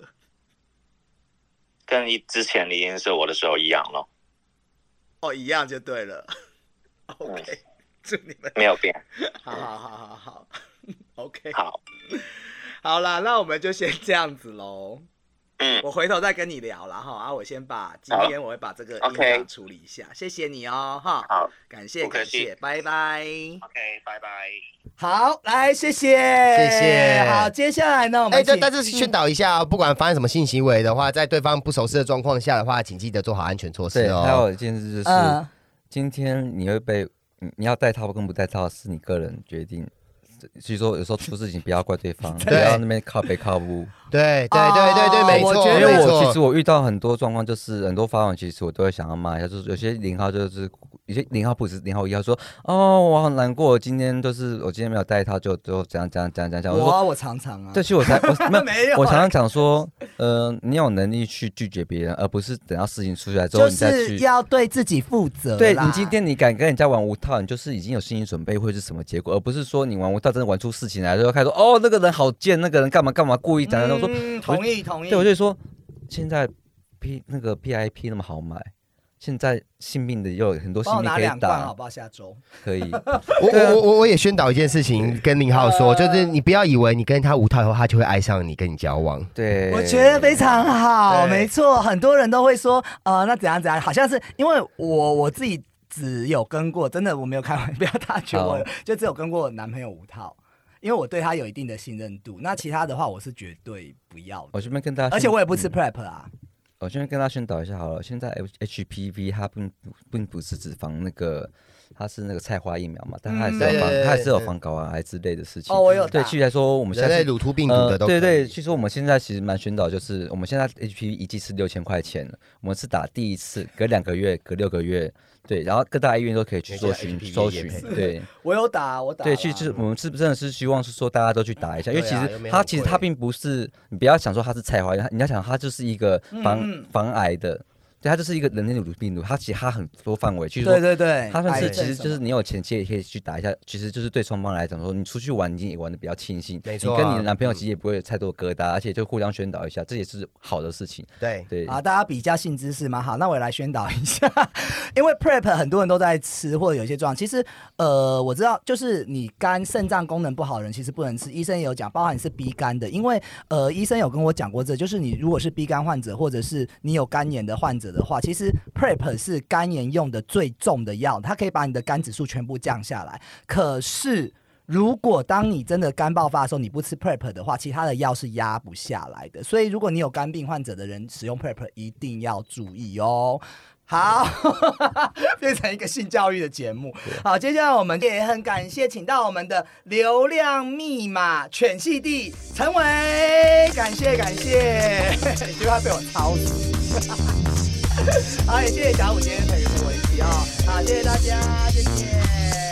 [SPEAKER 4] 跟一之前你认识我的时候一样咯，
[SPEAKER 2] 哦，一样就对了。OK，祝你们
[SPEAKER 4] 没有变。
[SPEAKER 2] 好好好好好 (laughs) ，OK，
[SPEAKER 4] 好，
[SPEAKER 2] 好啦，那我们就先这样子喽。
[SPEAKER 4] 嗯，
[SPEAKER 2] 我回头再跟你聊啦哈。啊，我先把今天我会把这个音
[SPEAKER 4] OK
[SPEAKER 2] 档处理一下，谢谢你哦哈。
[SPEAKER 4] 好
[SPEAKER 2] 感谢
[SPEAKER 4] 不客
[SPEAKER 2] 感
[SPEAKER 4] 气
[SPEAKER 2] 谢，拜拜。
[SPEAKER 4] ，OK，拜拜。
[SPEAKER 6] 好，来，谢谢，
[SPEAKER 3] 谢谢
[SPEAKER 6] 好，接下来
[SPEAKER 2] 哦
[SPEAKER 6] 呢，我们
[SPEAKER 1] 哎，但
[SPEAKER 6] 请
[SPEAKER 1] 但是
[SPEAKER 2] 嗯
[SPEAKER 1] 宣导一下哦，不管发生什么性行为的话，在对方不熟悉的状况下的话，请记得做好安全措施
[SPEAKER 3] 对，还
[SPEAKER 1] 哦。
[SPEAKER 3] 有一件事就是，
[SPEAKER 6] 嗯
[SPEAKER 3] 今天你会被你你要戴套跟不戴套是你个人决定，所以说有时候出事情不要怪对方，不
[SPEAKER 1] (laughs) 对
[SPEAKER 3] 要那边靠北靠屋。
[SPEAKER 1] 对对对对 (laughs) 对，
[SPEAKER 2] 哦
[SPEAKER 1] 没
[SPEAKER 2] 我
[SPEAKER 1] 错
[SPEAKER 2] 觉
[SPEAKER 3] 因
[SPEAKER 2] 得
[SPEAKER 1] 没
[SPEAKER 3] 为我其实
[SPEAKER 1] 错，
[SPEAKER 3] 我遇到很多状况，就是很多发文，其实我都会想要骂一下，就是有些零号就是有些零号不只是零号一号说哦，我好难过，今天就是我今天没有带他，就就怎样怎样怎样怎样怎样。我说
[SPEAKER 2] 我我常常啊，
[SPEAKER 3] 这期我才我没
[SPEAKER 2] (laughs)
[SPEAKER 3] 有，
[SPEAKER 2] 没有啊
[SPEAKER 3] 我常常讲说，呃，你有能力去拒绝别人，而不是等到事情出来之后
[SPEAKER 2] 就
[SPEAKER 3] 你再
[SPEAKER 2] 是
[SPEAKER 3] 去。
[SPEAKER 2] 要对自己负责啦。
[SPEAKER 3] 对你今天你敢跟人家玩无套，你就是已经有心理准备会是什么结果，而不是说你玩无套真的玩出事情来之后，开始说哦那个人好贱，那个人干嘛干嘛故意讲讲，我说哦
[SPEAKER 2] 嗯同意同意，
[SPEAKER 3] 对，我就说现在 P 那个 PIP 那么好买，现在性病的又有很多性
[SPEAKER 2] 帮我
[SPEAKER 3] 病
[SPEAKER 2] 拿
[SPEAKER 3] 可
[SPEAKER 2] 两
[SPEAKER 3] 以
[SPEAKER 2] 罐好
[SPEAKER 3] 打，
[SPEAKER 2] 不好？下周
[SPEAKER 3] 可以。
[SPEAKER 1] 我
[SPEAKER 3] 对啊
[SPEAKER 1] 我我我也宣导一件事情，跟林浩说，就是你不要以为你跟他无套以后，他就会爱上你，跟你交往。
[SPEAKER 3] 对，
[SPEAKER 2] (laughs) 我觉得非常好，
[SPEAKER 1] 对
[SPEAKER 2] 没错，很多人都会说，呃，那怎样怎样，好像是因为我我自己只有跟过，真的我没有开玩笑，不要大家觉得我
[SPEAKER 3] 好
[SPEAKER 2] 就只有跟过我男朋友五套，因为我对他有一定的信任度，那其他的话我是绝对不要的，
[SPEAKER 3] 我这边跟大家，
[SPEAKER 2] 而且我也不吃
[SPEAKER 3] 嗯
[SPEAKER 2] prep 啊，
[SPEAKER 3] 我先跟大家宣导一下好了，现在 H HPV 它并不并不是只防那个，它是那个菜花疫苗嘛，但它还是
[SPEAKER 1] 嗯
[SPEAKER 3] 有防，
[SPEAKER 1] 对对对
[SPEAKER 3] 它还是有防睾丸癌之类的事情。
[SPEAKER 2] 哦我有
[SPEAKER 3] 对，
[SPEAKER 2] 打
[SPEAKER 3] 据来说，我们现
[SPEAKER 1] 人
[SPEAKER 3] 在
[SPEAKER 1] 类
[SPEAKER 3] 是呃
[SPEAKER 1] 乳突病毒的都可以
[SPEAKER 3] 对对，据说我们现在其实蛮宣导，就是我们现在 HPV 一剂是六千块钱，我们是打第一次，隔两个月，隔六个月，对，然后各大医院都可以去
[SPEAKER 1] 没事
[SPEAKER 3] 搜寻
[SPEAKER 1] HPV
[SPEAKER 3] 搜
[SPEAKER 1] 也
[SPEAKER 3] 寻
[SPEAKER 1] 配，
[SPEAKER 3] 对。
[SPEAKER 2] 我有打，我打啦，
[SPEAKER 3] 对，其实我们是真的是希望是说大家都去打一下，因为
[SPEAKER 1] 对
[SPEAKER 3] 其
[SPEAKER 1] 啊
[SPEAKER 3] 实
[SPEAKER 1] 又没
[SPEAKER 3] 它
[SPEAKER 1] 很
[SPEAKER 3] 其实
[SPEAKER 1] 贵
[SPEAKER 3] 它并不是，你不要想说它是菜花，你要想它就是一个防防癌的，对，它就是一个人类乳病毒，它其实它很多范围，其实
[SPEAKER 2] 对对对，
[SPEAKER 3] 它算
[SPEAKER 2] 癌
[SPEAKER 3] 是
[SPEAKER 2] 症
[SPEAKER 3] 其实
[SPEAKER 2] 什
[SPEAKER 3] 就
[SPEAKER 2] 么
[SPEAKER 3] 是你有钱，其实也可以去打一下，其实就是对双方来讲说，你出去玩，你也玩的比较尽兴，
[SPEAKER 1] 没
[SPEAKER 3] 你
[SPEAKER 1] 错
[SPEAKER 3] 跟
[SPEAKER 1] 啊
[SPEAKER 3] 你的男朋友其实也不会有太多疙瘩，而且就互相宣导一下，这也是好的事情，
[SPEAKER 1] 对
[SPEAKER 3] 对。
[SPEAKER 2] 啊，大家比较性知识嘛。好，那我也来宣导一下， (laughs) 因为 prep 很多人都在吃，或者有一些状况，其实呃，我知道就是你肝肾脏功能不好的人其实不能吃，医生也有讲，包含你是 B 肝的，因为呃，医生有跟我讲过这，就是你如果是 B 肝患者，或者是你有肝炎的患者的话，其实 prep 是肝炎用的最重的药，它可以把你的肝指数全部降下来，可是。如果当你真的肝爆发的时候，你不吃 PrEP 的话，其他的药是压不下来的。所以，如果你有肝病患者的人使用 PrEP，一定要注意哦。好， (laughs) 变成一个性教育的节目。好，接下来我们也很感谢请到我们的流量密码犬系弟陈伟，感谢感谢， (laughs) 就怕被我抄袭。哎好，也谢谢小五今天陪我一起哦。好，谢谢大家，谢谢。